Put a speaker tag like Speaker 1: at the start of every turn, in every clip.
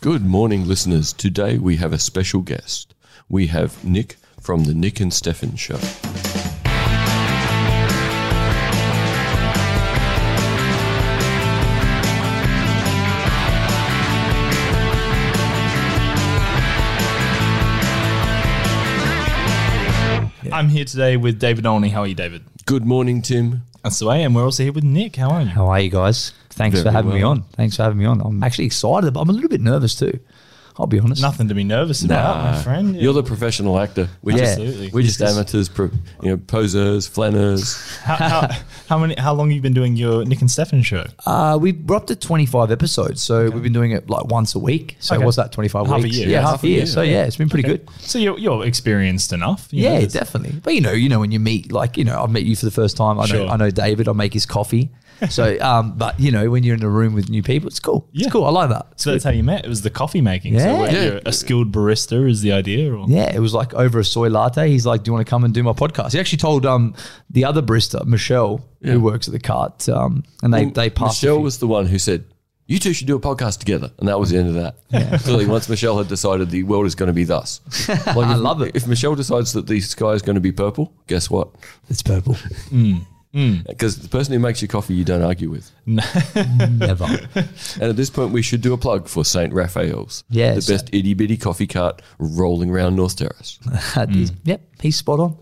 Speaker 1: Good morning, listeners. Today we have a special guest. We have Nick from the Nick and Stefan Show.
Speaker 2: I'm here today with David Olney. How are you, David?
Speaker 1: Good morning, Tim.
Speaker 2: That's the way. And we're also here with Nick. How are you?
Speaker 3: How are you guys? Thanks
Speaker 1: Very
Speaker 3: for having me
Speaker 1: well.
Speaker 3: on. Thanks for having me on. I'm actually excited, but I'm a little bit nervous too. I'll be honest.
Speaker 2: Nothing to be nervous about, my friend.
Speaker 1: You're the professional actor. We're just,
Speaker 2: Absolutely.
Speaker 1: we're just amateurs, pro, you know, posers, flanners.
Speaker 2: how, how, how many? How long have you been doing your Nick and Stefan show?
Speaker 3: Uh, we we're up to 25 episodes, so we've been doing it like once a week. So
Speaker 2: Okay.
Speaker 3: what's that? 25
Speaker 2: Half a
Speaker 3: weeks?
Speaker 2: year.
Speaker 3: Yeah,
Speaker 2: Yeah,
Speaker 3: half,
Speaker 1: half
Speaker 3: a
Speaker 1: a
Speaker 3: year.
Speaker 1: year.
Speaker 3: So yeah, it's been pretty good.
Speaker 2: So you're, you're experienced enough. you know,
Speaker 3: Yeah,
Speaker 2: there's-
Speaker 3: definitely. But you know, you know when you meet, like you know, I've met you for the first time. I know,
Speaker 2: Sure.
Speaker 3: I know David. I make his coffee. So, um, but you know, when you're in a room with new people, it's cool.
Speaker 2: Yeah.
Speaker 3: It's cool. I like that. It's
Speaker 2: So that's how you met. It was the coffee making. So
Speaker 3: Yeah.
Speaker 2: what,
Speaker 1: Yeah.
Speaker 2: you're a skilled barista is the idea. Or?
Speaker 3: Yeah, it was like over a soy latte. He's like, "Do you want to come and do my podcast?" He actually told um the other barista, Michelle, who works at the cart, um, and they they passed. a
Speaker 1: Michelle
Speaker 3: few-
Speaker 1: was the one who said, "You two should do a podcast together," and that was the end of that. Clearly, once Michelle had decided the world is going to be thus, like if, I
Speaker 3: love it.
Speaker 1: If Michelle decides that the sky is going to be purple, guess what?
Speaker 3: it's purple. Hmm.
Speaker 1: Because the person who makes your coffee, you don't argue with.
Speaker 3: Never.
Speaker 1: And at this point, we should do a plug for St. Raphael's.
Speaker 3: Yes.
Speaker 1: The best itty bitty coffee cart rolling around North Terrace.
Speaker 3: That
Speaker 1: Mm.
Speaker 3: is- Yep, he's spot on.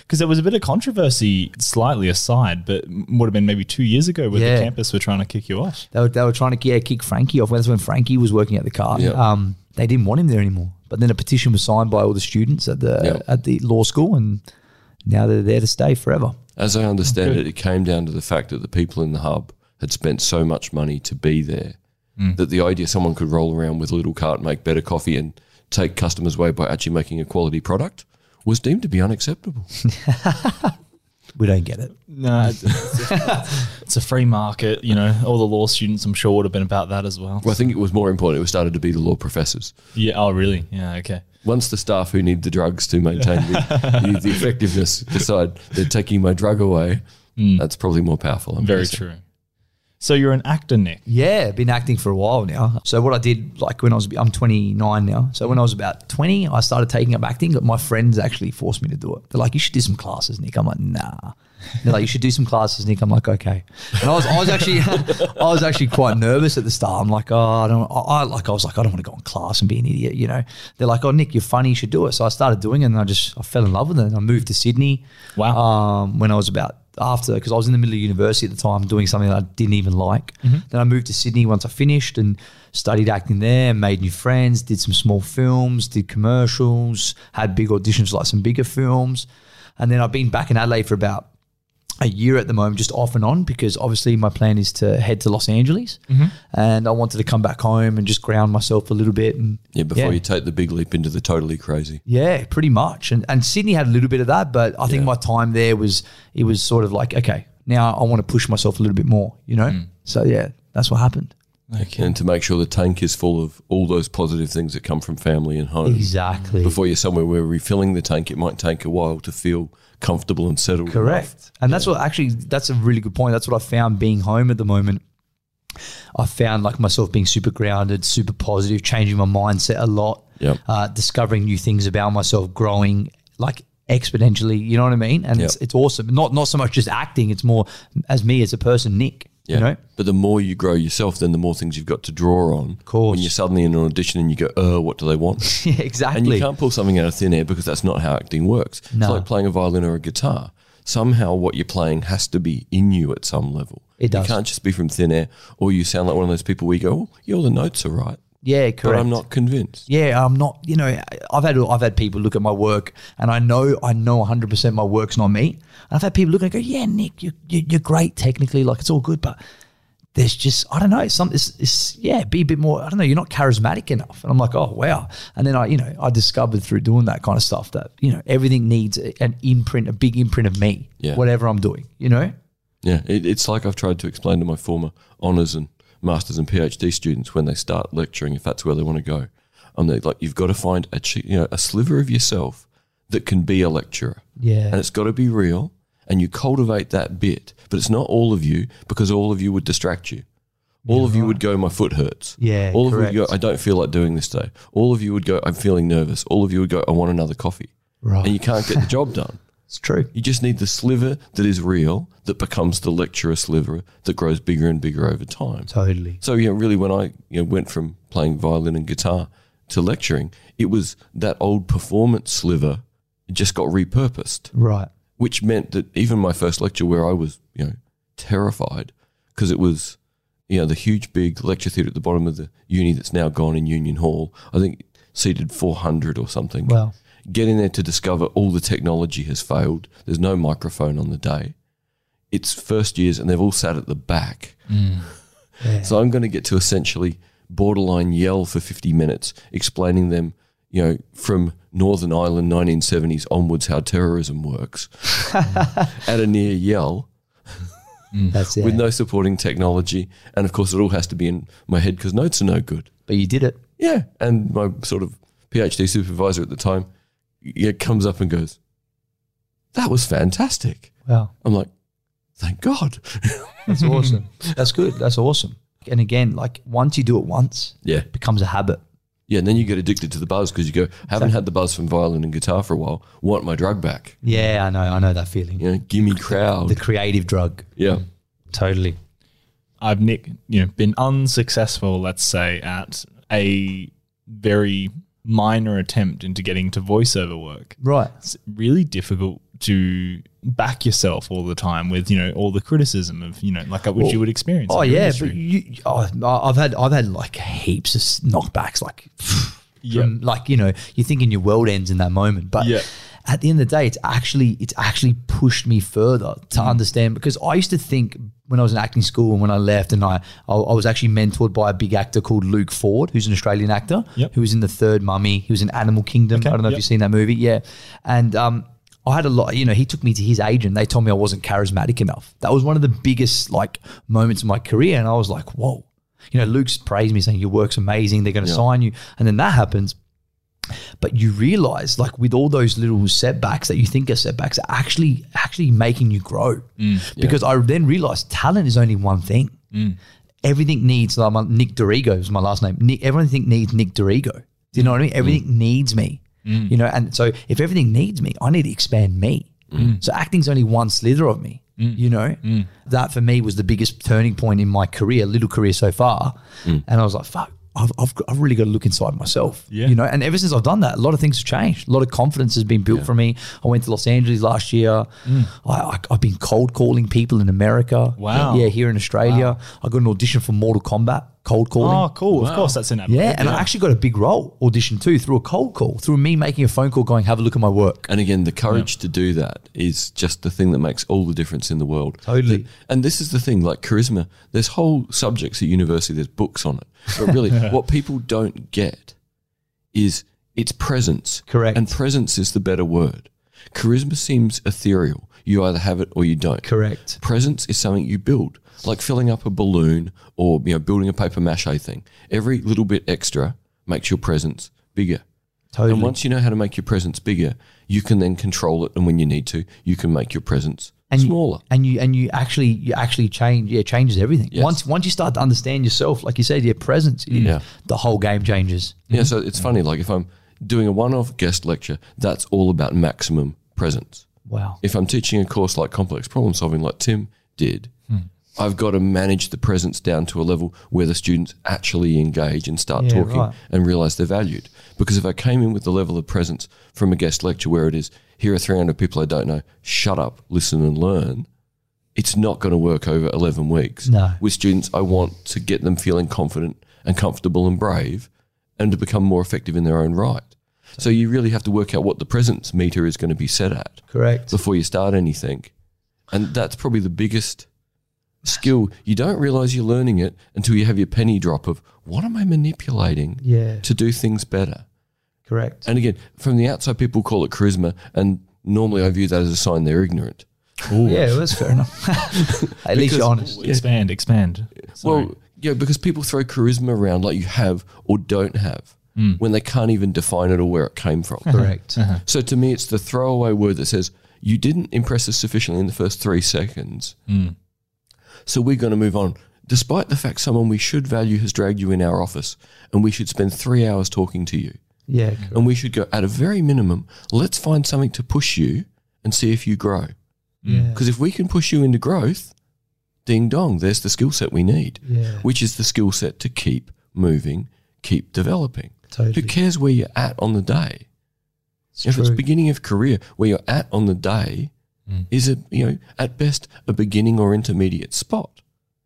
Speaker 2: Because there was a bit of controversy, slightly aside, but m- would have been maybe two years ago with
Speaker 3: Yeah.
Speaker 2: the campus were trying to kick you off.
Speaker 3: They were, they were trying to yeah, kick Frankie off. That's when Frankie was working at the cart.
Speaker 1: Yeah.
Speaker 3: Um, they didn't want him there anymore. But then a petition was signed by all the students at the
Speaker 1: Yeah.
Speaker 3: at the law school, and now they're there to stay forever.
Speaker 1: As I understand it, it came down to the fact that the people in the hub had spent so much money to be there that the idea someone could roll around with a little cart, make better coffee, and take customers away by actually making a quality product was deemed to be unacceptable.
Speaker 3: We don't get it.
Speaker 2: No, it's, it's a free market. You know, all the law students, I'm sure, would have been about that as well.
Speaker 1: well, I think it was more important. It was started to be the law professors.
Speaker 2: Yeah. Oh, really? Yeah. Okay.
Speaker 1: Once the staff who need the drugs to maintain the, the, the effectiveness decide they're taking my drug away, that's probably more powerful. I'm
Speaker 2: Very
Speaker 1: guessing.
Speaker 2: true. So you're an actor, Nick.
Speaker 3: Yeah, been acting for a while now. So what I did, like when I was, I'm 29 now. So when I was about 20, I started taking up acting. But my friends actually forced me to do it. They're like, "You should do some classes, Nick." I'm like, "Nah." They're like, "You should do some classes, Nick." I'm like, "Okay." And I was, I was actually, I was actually quite nervous at the start. I'm like, "Oh, I don't." I, I like, I was like, "I don't want to go in class and be an idiot," you know. They're like, "Oh, Nick, you're funny. You should do it." So I started doing it, and I just, I fell in love with it. And I moved to Sydney
Speaker 2: Wow.
Speaker 3: um, when I was about after because I was in the middle of university at the time doing something that I didn't even like. Then I moved to Sydney once I finished and studied acting there, made new friends, did some small films, did commercials, had big auditions like some bigger films. And then I've been back in Adelaide for about a year at the moment, just off and on, because obviously my plan is to head to Los Angeles and I wanted to come back home and just ground myself a little bit. And
Speaker 1: Yeah, before
Speaker 3: Yeah.
Speaker 1: you take the big leap into the totally crazy.
Speaker 3: yeah, pretty much. And and Sydney had a little bit of that, but I think my time there was it was sort of like okay, now I want to push myself a little bit more, you know. So yeah, that's what happened.
Speaker 1: And to make sure the tank is full of all those positive things that come from family and home.
Speaker 3: Exactly.
Speaker 1: Before you're somewhere where refilling the tank, it might take a while to feel comfortable and settled.
Speaker 3: Correct. And that's what actually that's a really good point. That's what I found being home at the moment. I found like myself being super grounded, super positive, changing my mindset a lot,
Speaker 1: Yep.
Speaker 3: uh, discovering new things about myself, growing like exponentially. You know what I mean? And it's,
Speaker 1: Yep.
Speaker 3: it's awesome. Not not so much just acting. It's more as me as a person, Nick. You know.
Speaker 1: But the more you grow yourself, then the more things you've got to draw on.
Speaker 3: course.
Speaker 1: When you're suddenly in an audition and you go, uh, what do they want?
Speaker 3: Yeah, exactly.
Speaker 1: And you can't pull something out of thin air because that's not how acting works. It's
Speaker 3: No.
Speaker 1: like playing a violin or a guitar. Somehow, what you're playing has to be in you at some level.
Speaker 3: It does.
Speaker 1: You can't just be from thin air, or you sound like one of those people where you go, "Oh, yeah, all the notes are right,
Speaker 3: Yeah, correct.
Speaker 1: but I'm not convinced."
Speaker 3: Yeah, I'm not. You know, I've had I've had people look at my work, and I know I know 100 percent my work's not me. And I've had people look and go, "Yeah, Nick, you, you you're great technically, like it's all good, but there's just I don't know. Some it's, it's yeah, be a bit more. I don't know. You're not charismatic enough." And I'm like, "Oh wow!" And then I you know I discovered through doing that kind of stuff that you know everything needs a- an imprint, a big imprint of me,
Speaker 1: Yeah.
Speaker 3: whatever I'm doing. You know,
Speaker 1: Yeah, it, it's like I've tried to explain to my former honours and masters and PhD students when they start lecturing, if that's where they want to go, and they're like, you've got to find a chi- you know a sliver of yourself that can be a lecturer,
Speaker 3: Yeah.
Speaker 1: and it's got to be real, and you cultivate that bit, but it's not all of you because all of you would distract you. All of you would go, my foot hurts.
Speaker 3: Yeah,
Speaker 1: All of you would
Speaker 3: correct.
Speaker 1: go, I don't feel like doing this day. All of you would go, I'm feeling nervous. All of you would go, I want another coffee.
Speaker 3: Right.
Speaker 1: And you can't get the job done.
Speaker 3: it's true.
Speaker 1: You just need the sliver that is real that becomes the lecturer sliver that grows bigger and bigger over time.
Speaker 3: Totally.
Speaker 1: So yeah, really, when I you know, went from playing violin and guitar to lecturing, it was that old performance sliver it just got repurposed,
Speaker 3: Right.
Speaker 1: which meant that even my first lecture, where I was you know terrified because it was you know the huge big lecture theatre at the bottom of the uni that's now gone in Union Hall. I think it seated four hundred or something.
Speaker 3: Well,
Speaker 1: Get in there to discover all the technology has failed. There's no microphone on the day. It's first years, and they've all sat at the back.
Speaker 3: yeah.
Speaker 1: So I'm going to get to essentially borderline yell for 50 minutes, explaining them, you know, from Northern Ireland 1970s onwards how terrorism works at a near yell
Speaker 3: that's it.
Speaker 1: with no supporting technology. And of course, it all has to be in my head because notes are no good.
Speaker 3: but you did it.
Speaker 1: Yeah. And my sort of PhD supervisor at the time yeah, comes up and goes, That was fantastic.
Speaker 3: Wow.
Speaker 1: I'm like, Thank God.
Speaker 3: That's awesome. That's good. That's awesome. And again, like once you do it once,
Speaker 1: yeah.
Speaker 3: it becomes a habit.
Speaker 1: Yeah, and then you get addicted to the buzz because you go, haven't had the buzz from violin and guitar for a while. Want my drug back?
Speaker 3: Yeah, I know. I know that feeling.
Speaker 1: You know, gimme crowd.
Speaker 3: The creative drug.
Speaker 1: yeah,
Speaker 3: Totally.
Speaker 2: I've Nick, you know, been unsuccessful, let's say, at a very minor attempt into getting to voiceover work.
Speaker 3: Right.
Speaker 2: It's really difficult to back yourself all the time with, you know, all the criticism of, you know, like uh, which you would experience.
Speaker 3: Oh
Speaker 2: in your
Speaker 3: yeah,
Speaker 2: industry.
Speaker 3: but you, oh, no, I've had I've had like heaps of s- knockbacks, like from, like you know you're thinking your world ends in that moment, but
Speaker 2: Yeah.
Speaker 3: at the end of the day, it's actually it's actually pushed me further to
Speaker 2: Mm.
Speaker 3: understand because I used to think when I was in acting school and when I left and I I, I was actually mentored by a big actor called Luke Ford, who's an Australian actor
Speaker 2: Yep.
Speaker 3: who was in the Third Mummy, he was in Animal Kingdom. I don't know if
Speaker 2: yep.
Speaker 3: you've seen that movie, yeah, and um. I had a lot, you know, he took me to his agent. They told me I wasn't charismatic enough. That was one of the biggest like moments of my career. And I was like, whoa. You know, Luke's praised me saying your work's amazing. They're going to sign you. And then that happens. But you realize like with all those little setbacks that you think are setbacks are actually, actually making you grow. Because I then realized talent is only one thing. Everything needs, like my, Nick Dorigo is my last name. Nick, everything needs Nick Dorigo. Do you know what I
Speaker 2: Mm.
Speaker 3: mean? Everything needs me. You know, and so if everything needs me, I need to expand me.
Speaker 2: Mm.
Speaker 3: So acting's only one slither of me. You know, that for me was the biggest turning point in my career, little career so far.
Speaker 2: Mm.
Speaker 3: And I was like, fuck, I've, I've, got- I've really got to look inside myself.
Speaker 2: Yeah.
Speaker 3: You know, and ever since I've done that, a lot of things have changed. A lot of confidence has been built for me. I went to Los Angeles last year.
Speaker 2: Mm.
Speaker 3: I, I, I've been cold calling people in America.
Speaker 2: Wow.
Speaker 3: Yeah, here in Australia. I got an audition for Mortal Kombat, cold calling.
Speaker 2: Oh, cool. Of course, that's in that.
Speaker 3: Yeah, and I actually got a big role audition too through a cold call, through me making a phone call going, have a look at my work.
Speaker 1: and again, the courage to do that is just the thing that makes all the difference in the world.
Speaker 3: Totally.
Speaker 1: The- and this is the thing, like charisma. There's whole subjects at university. There's books on it, but really, what people don't get is its presence.
Speaker 3: Correct.
Speaker 1: And presence is the better word. Charisma seems ethereal. You either have it or you don't.
Speaker 3: Correct.
Speaker 1: Presence is something you build, like filling up a balloon or you know building a paper mache thing. Every little bit extra makes your presence bigger.
Speaker 3: Totally.
Speaker 1: And once you know how to make your presence bigger, you can then control it. And when you need to, you can make your presence
Speaker 3: and you-
Speaker 1: smaller.
Speaker 3: and you and you actually you actually change yeah changes everything
Speaker 1: Yes.
Speaker 3: once once you start to understand yourself like you said your presence
Speaker 1: Yeah.
Speaker 3: the whole game changes
Speaker 1: yeah. So it's funny. Like if I'm doing a one-off guest lecture, that's all about maximum presence.
Speaker 3: wow
Speaker 1: If I'm teaching a course like complex problem solving, like Tim did,
Speaker 3: Hmm.
Speaker 1: I've got to manage the presence down to a level where the students actually engage and start
Speaker 3: Yeah,
Speaker 1: talking
Speaker 3: right.
Speaker 1: and realize they're valued. Because if I came in with the level of presence from a guest lecture where it is, here are 300 people I don't know, shut up, listen and learn, it's not going to work over 11 weeks.
Speaker 3: No.
Speaker 1: With students, I want to get them feeling confident and comfortable and brave and to become more effective in their own right. So you really have to work out what the presence meter is going to be set at
Speaker 3: correct
Speaker 1: before you start anything. And that's probably the biggest skill. You don't realize you're learning it until you have your penny drop of what am I manipulating
Speaker 3: yeah
Speaker 1: to do things better?
Speaker 3: correct
Speaker 1: And again, from the outside, people call it charisma. And normally I view that as a sign they're ignorant.
Speaker 3: yeah well, that's fair enough at least
Speaker 1: Because-
Speaker 3: you're honest
Speaker 2: Expand, expand. Sorry.
Speaker 1: Well, yeah, because people throw charisma around like you have or don't have when they can't even define it or where it came from.
Speaker 3: correct
Speaker 1: So to me, it's the throwaway word that says,
Speaker 3: Hmm.
Speaker 1: you didn't impress us sufficiently in the first three seconds. So we're going to move on. despite the fact someone we should value has dragged you in our office and we should spend three hours talking to you.
Speaker 3: Yeah.
Speaker 1: And we should go, at a very minimum, let's find something to push you and see if you grow.
Speaker 3: Yeah.
Speaker 1: Because if we can push you into growth, ding dong, there's the skill set we need,
Speaker 3: Yeah.
Speaker 1: which is the skill set to keep moving, keep developing. Who
Speaker 3: Totally.
Speaker 1: cares where you're at on the day?
Speaker 3: It's
Speaker 1: if it's
Speaker 3: true.
Speaker 1: beginning of career, where you're at on the day
Speaker 3: Mm.
Speaker 1: is a you know at best a beginning or intermediate spot.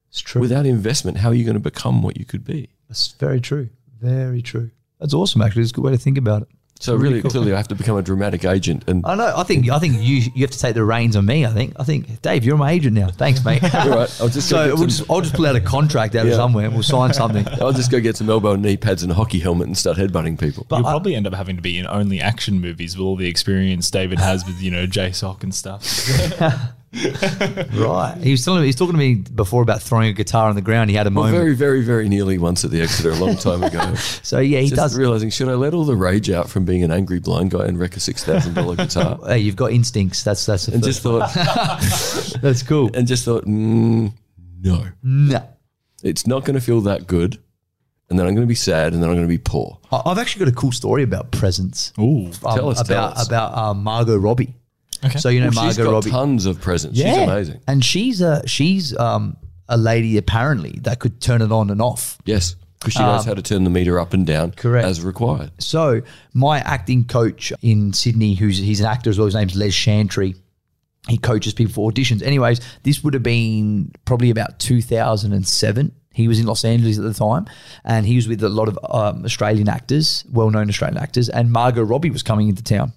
Speaker 3: It's true.
Speaker 1: Without investment, how are you going to become what you could be?
Speaker 3: That's very true. Very true. That's awesome. Actually, it's a good way to think about it.
Speaker 1: So really, clearly, I have to become a dramatic agent, and
Speaker 3: I know. I think. I think you you have to take the reins on me. I think. I think, Dave, you're my agent now. Thanks, mate.
Speaker 1: all right, I'll just go
Speaker 3: so
Speaker 1: get some,
Speaker 3: we'll just, I'll just pull out a contract out of
Speaker 1: Yeah.
Speaker 3: somewhere. and We'll sign something.
Speaker 1: I'll just go get some elbow and knee pads and a hockey helmet and start headbutting people.
Speaker 2: You'll probably end up having to be in only action movies with all the experience David has with, you know, JSOC and stuff.
Speaker 3: Right. He was telling me. He's talking to me before about throwing a guitar on the ground. He had a
Speaker 1: Well,
Speaker 3: moment.
Speaker 1: very, very, very nearly once at the Exeter a long time ago.
Speaker 3: so yeah, he
Speaker 1: just
Speaker 3: does.
Speaker 1: realizing should I let all the rage out from being an angry blind guy and wreck a six thousand dollar guitar,
Speaker 3: hey, you've got instincts. That's that's the
Speaker 1: and
Speaker 3: first- Uh,
Speaker 1: just thought,
Speaker 3: that's cool.
Speaker 1: and just thought, mm, no,
Speaker 3: No.
Speaker 1: it's not going to feel that good, and then I'm going to be sad, and then I'm going to be poor.
Speaker 3: I- I've actually got a cool story about presents.
Speaker 2: Ooh.
Speaker 3: Um,
Speaker 1: Tell us,
Speaker 3: about
Speaker 1: tell us.
Speaker 3: about um, Margot Robbie. So you know
Speaker 1: Well, she's
Speaker 3: Margot
Speaker 1: got
Speaker 3: Robbie.
Speaker 1: tons of presents. She's amazing.
Speaker 3: And she's a she's um a lady apparently that could turn it on and off.
Speaker 1: Yes, because she knows how to turn the meter up and down,
Speaker 3: Um, correct.
Speaker 1: as required.
Speaker 3: So my acting coach in Sydney, who's he's an actor as well, his name's Les Chantry. He coaches people for auditions. Anyways, this would have been probably about 2007. He was in Los Angeles at the time, and he was with a lot of um, Australian actors, well-known Australian actors, and Margot Robbie was coming into town.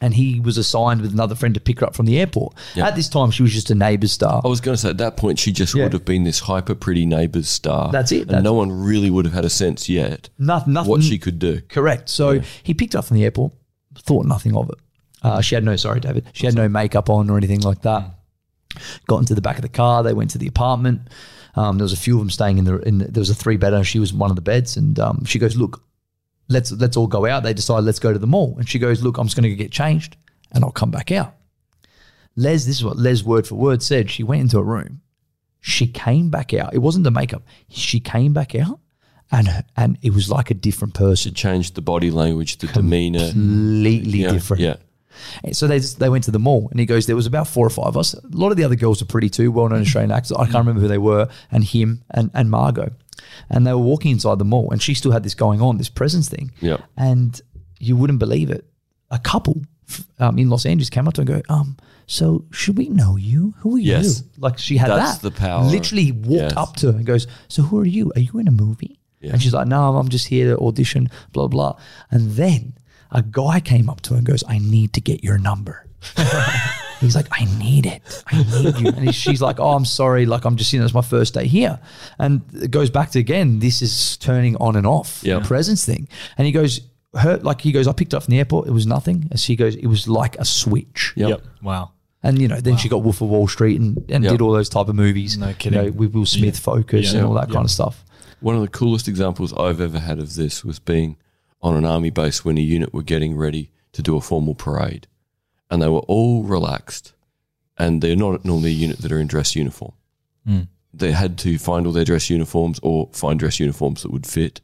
Speaker 3: And he was assigned with another friend to pick her up from the airport. At this time, she was just a neighbour star.
Speaker 1: I was going to say at that point she just
Speaker 3: Yeah.
Speaker 1: would have been this hyper pretty neighbours star.
Speaker 3: That's it,
Speaker 1: and
Speaker 3: that's Mm.
Speaker 1: no one really would have had a sense yet
Speaker 3: Noth- nothing.
Speaker 1: what she could do.
Speaker 3: Correct. So he picked her up from the airport, thought nothing of it. Uh, she had no, sorry, David, she had no makeup on or anything like that. Got into the back of the car. They went to the apartment. Um, there was a few of them staying in the, in the there was a three bedder. She was one of the beds. And um, she goes, look, let's, let's all go out. They decide, let's go to the mall. And she goes, look, I'm just going to get changed and I'll come back out. Les, this is what Les word for word said. She went into a room. She came back out. It wasn't the makeup. She came back out and, her- and it was like a different person
Speaker 1: She changed the body language, the demeanour.
Speaker 3: completely
Speaker 1: Yeah,
Speaker 3: different.
Speaker 1: yeah.
Speaker 3: And So they just, they went to the mall, and he goes, there was about four or five of us. A lot of the other girls are pretty too, well-known Australian actors. I can't remember who they were, and him and and Margot, and they were walking inside the mall, and she still had this going on, this presence thing.
Speaker 1: Yeah.
Speaker 3: And you wouldn't believe it, a couple f- um, in Los Angeles came up to her and go, um, so should we know you? Who are
Speaker 1: Yes.
Speaker 3: you? Like she had
Speaker 1: That's
Speaker 3: that.
Speaker 1: the power.
Speaker 3: Literally walked
Speaker 1: Yes.
Speaker 3: up to her and goes, so who are you? Are you in a movie? And she's like, no, I'm just here to audition, blah, blah. And then a guy came up to her and goes, I need to get your number. He's like, I need it. I need you. And he- she's like, Oh, I'm sorry. Like, I'm just, you know, it's my first day here. And it goes back to again, this is turning on and off
Speaker 1: Yeah.
Speaker 3: the presence thing. And he goes, Her, like, he goes, I picked her up from the airport. It was nothing. And she goes, It was like a switch.
Speaker 1: Yep.
Speaker 2: Wow.
Speaker 3: And, you know, then she got Wolf of Wall Street and, and
Speaker 1: Yeah.
Speaker 3: did all those type of movies.
Speaker 2: No kidding.
Speaker 3: You know, with Will Smith Focus
Speaker 2: Yeah.
Speaker 3: and all that
Speaker 2: Yeah.
Speaker 3: kind of stuff.
Speaker 1: One of the coolest examples I've ever had of this was being on an army base when a unit were getting ready to do a formal parade. And they were all relaxed. And they're not normally a unit that are in dress uniform. They had to find all their dress uniforms or find dress uniforms that would fit.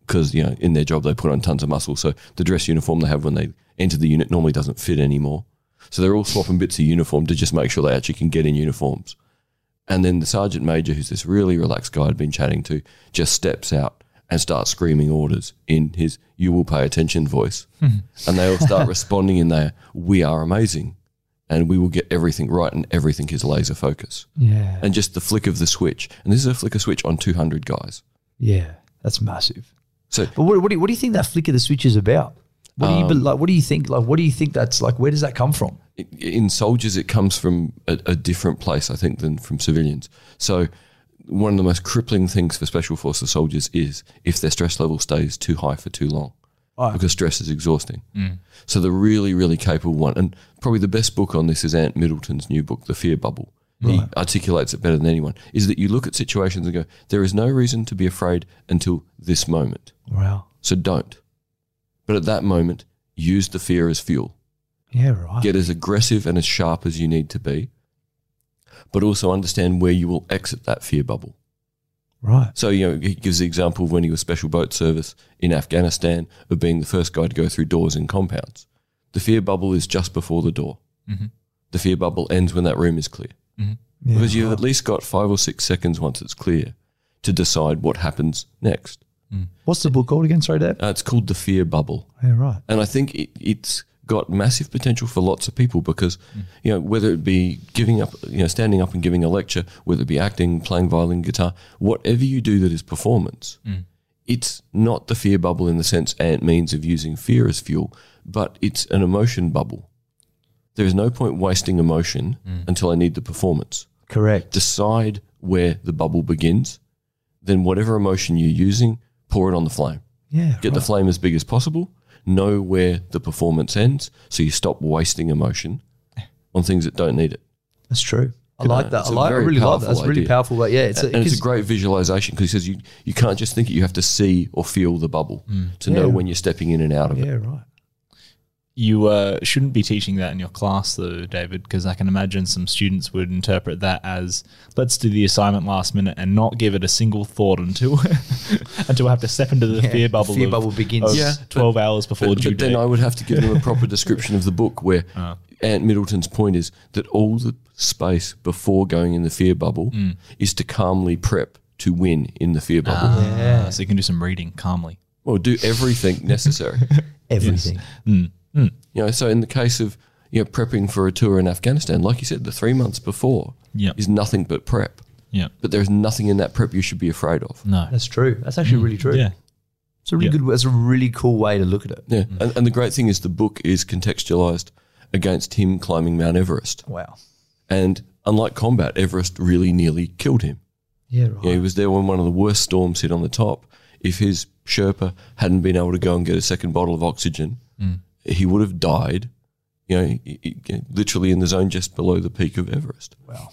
Speaker 1: Because, you know, in their job, they put on tons of muscle. So the dress uniform they have when they enter the unit normally doesn't fit anymore. So they're all swapping bits of uniform to just make sure they actually can get in uniforms. And then the sergeant major, who's this really relaxed guy I'd been chatting to, just steps out and starts screaming orders in his "You will pay attention" voice, and they all start responding in their "We are amazing," and we will get everything right, and everything is laser focus,
Speaker 3: Yeah.
Speaker 1: and just the flick of the switch. And this is a flick of switch on two hundred guys.
Speaker 3: Yeah. That's massive.
Speaker 1: So
Speaker 3: But what, what, do you, what do you think that flick of the switch is about? What do you be- like? What do you think? Like, what do you think that's like? Where does that come from?
Speaker 1: i- in soldiers, it comes from a, a different place, I think, than from civilians. So, one of the most crippling things for special forces soldiers is if their stress level stays too high for too long, because stress is exhausting. So, the really, really capable one, and probably the best book on this is Ant Middleton's new book, The Fear Bubble. He articulates it better than anyone. Is that you look at situations and go, there is no reason to be afraid until this moment.
Speaker 3: Wow.
Speaker 1: So, don't. But at that moment, use the fear as fuel
Speaker 3: Yeah. Right.
Speaker 1: get as aggressive and as sharp as you need to be, but also understand where you will exit that fear bubble.
Speaker 3: Right.
Speaker 1: So, you know, he gives the example of when he was special boat service in Afghanistan of being the first guy to go through doors in compounds. The fear bubble is just before the door. The fear bubble ends when that room is clear.
Speaker 3: Yeah.
Speaker 1: Because you've at least got five or six seconds once it's clear to decide what happens next.
Speaker 3: What's the book called again? Sorry, Dave.
Speaker 1: Uh, it's called The Fear Bubble.
Speaker 3: Yeah, right.
Speaker 1: And I think it, it's got massive potential for lots of people because, you know, whether it be giving up, you know, standing up and giving a lecture, whether it be acting, playing violin, guitar, whatever you do that is performance, it's not the fear bubble in the sense Ant means of using fear as fuel, but it's an emotion bubble. There is no point wasting emotion until I need the performance
Speaker 3: Correct.
Speaker 1: decide where the bubble begins. Then, whatever emotion you're using, pour it on the flame.
Speaker 3: Yeah.
Speaker 1: Get the flame as big as possible. Know where the performance ends so you stop wasting emotion on things that don't need it.
Speaker 3: That's true. I
Speaker 1: Good
Speaker 3: like
Speaker 1: on.
Speaker 3: that.
Speaker 1: It's
Speaker 3: I
Speaker 1: a
Speaker 3: like. I
Speaker 1: very
Speaker 3: really like that.
Speaker 1: powerful
Speaker 3: That's really
Speaker 1: idea.
Speaker 3: powerful. But yeah, it's a,
Speaker 1: and it's a
Speaker 3: because-
Speaker 1: great visualization because he says you, you can't just think it, you have to see or feel the bubble to know
Speaker 3: Mm. Yeah.
Speaker 1: when you're stepping in and out of it.
Speaker 3: yeah, right.
Speaker 2: You uh, shouldn't be teaching that in your class, though, David, because I can imagine some students would interpret that as let's do the assignment last minute and not give it a single thought until until I have to step into the
Speaker 3: Yeah,
Speaker 2: fear
Speaker 3: the
Speaker 2: bubble.
Speaker 3: fear
Speaker 2: of-
Speaker 3: bubble begins.
Speaker 2: of
Speaker 1: Yeah,
Speaker 2: twelve hours before
Speaker 1: But,
Speaker 2: due
Speaker 1: but then
Speaker 2: date.
Speaker 1: I would have to give them a proper description of the book where
Speaker 3: Ah.
Speaker 1: Ant Middleton's point is that all the space before going in the fear bubble
Speaker 3: Mm.
Speaker 1: is to calmly prep to win in the fear bubble.
Speaker 2: Ah, so you can do some reading calmly.
Speaker 1: Well, do everything necessary.
Speaker 3: Everything.
Speaker 2: Mm,
Speaker 1: you know, so in the case of you know prepping for a tour in Afghanistan, like you said, the three months before
Speaker 2: Yep.
Speaker 1: is nothing but prep.
Speaker 2: Yeah.
Speaker 1: But there is nothing in that prep you should be afraid of.
Speaker 2: No.
Speaker 3: That's true. That's actually really true.
Speaker 2: Yeah.
Speaker 3: It's a really
Speaker 2: Yeah.
Speaker 3: good. It's a really cool way to look at it.
Speaker 1: Yeah, and, and the great thing is the book is contextualized against him climbing Mount Everest.
Speaker 3: Wow.
Speaker 1: And unlike combat, Everest really nearly killed him.
Speaker 3: Yeah. Right.
Speaker 1: Yeah, he was there when one of the worst storms hit on the top. If his Sherpa hadn't been able to go and get a second bottle of oxygen,
Speaker 2: Mm.
Speaker 1: he would have died, you know, he- he- literally in the zone just below the peak of Everest.
Speaker 3: Wow.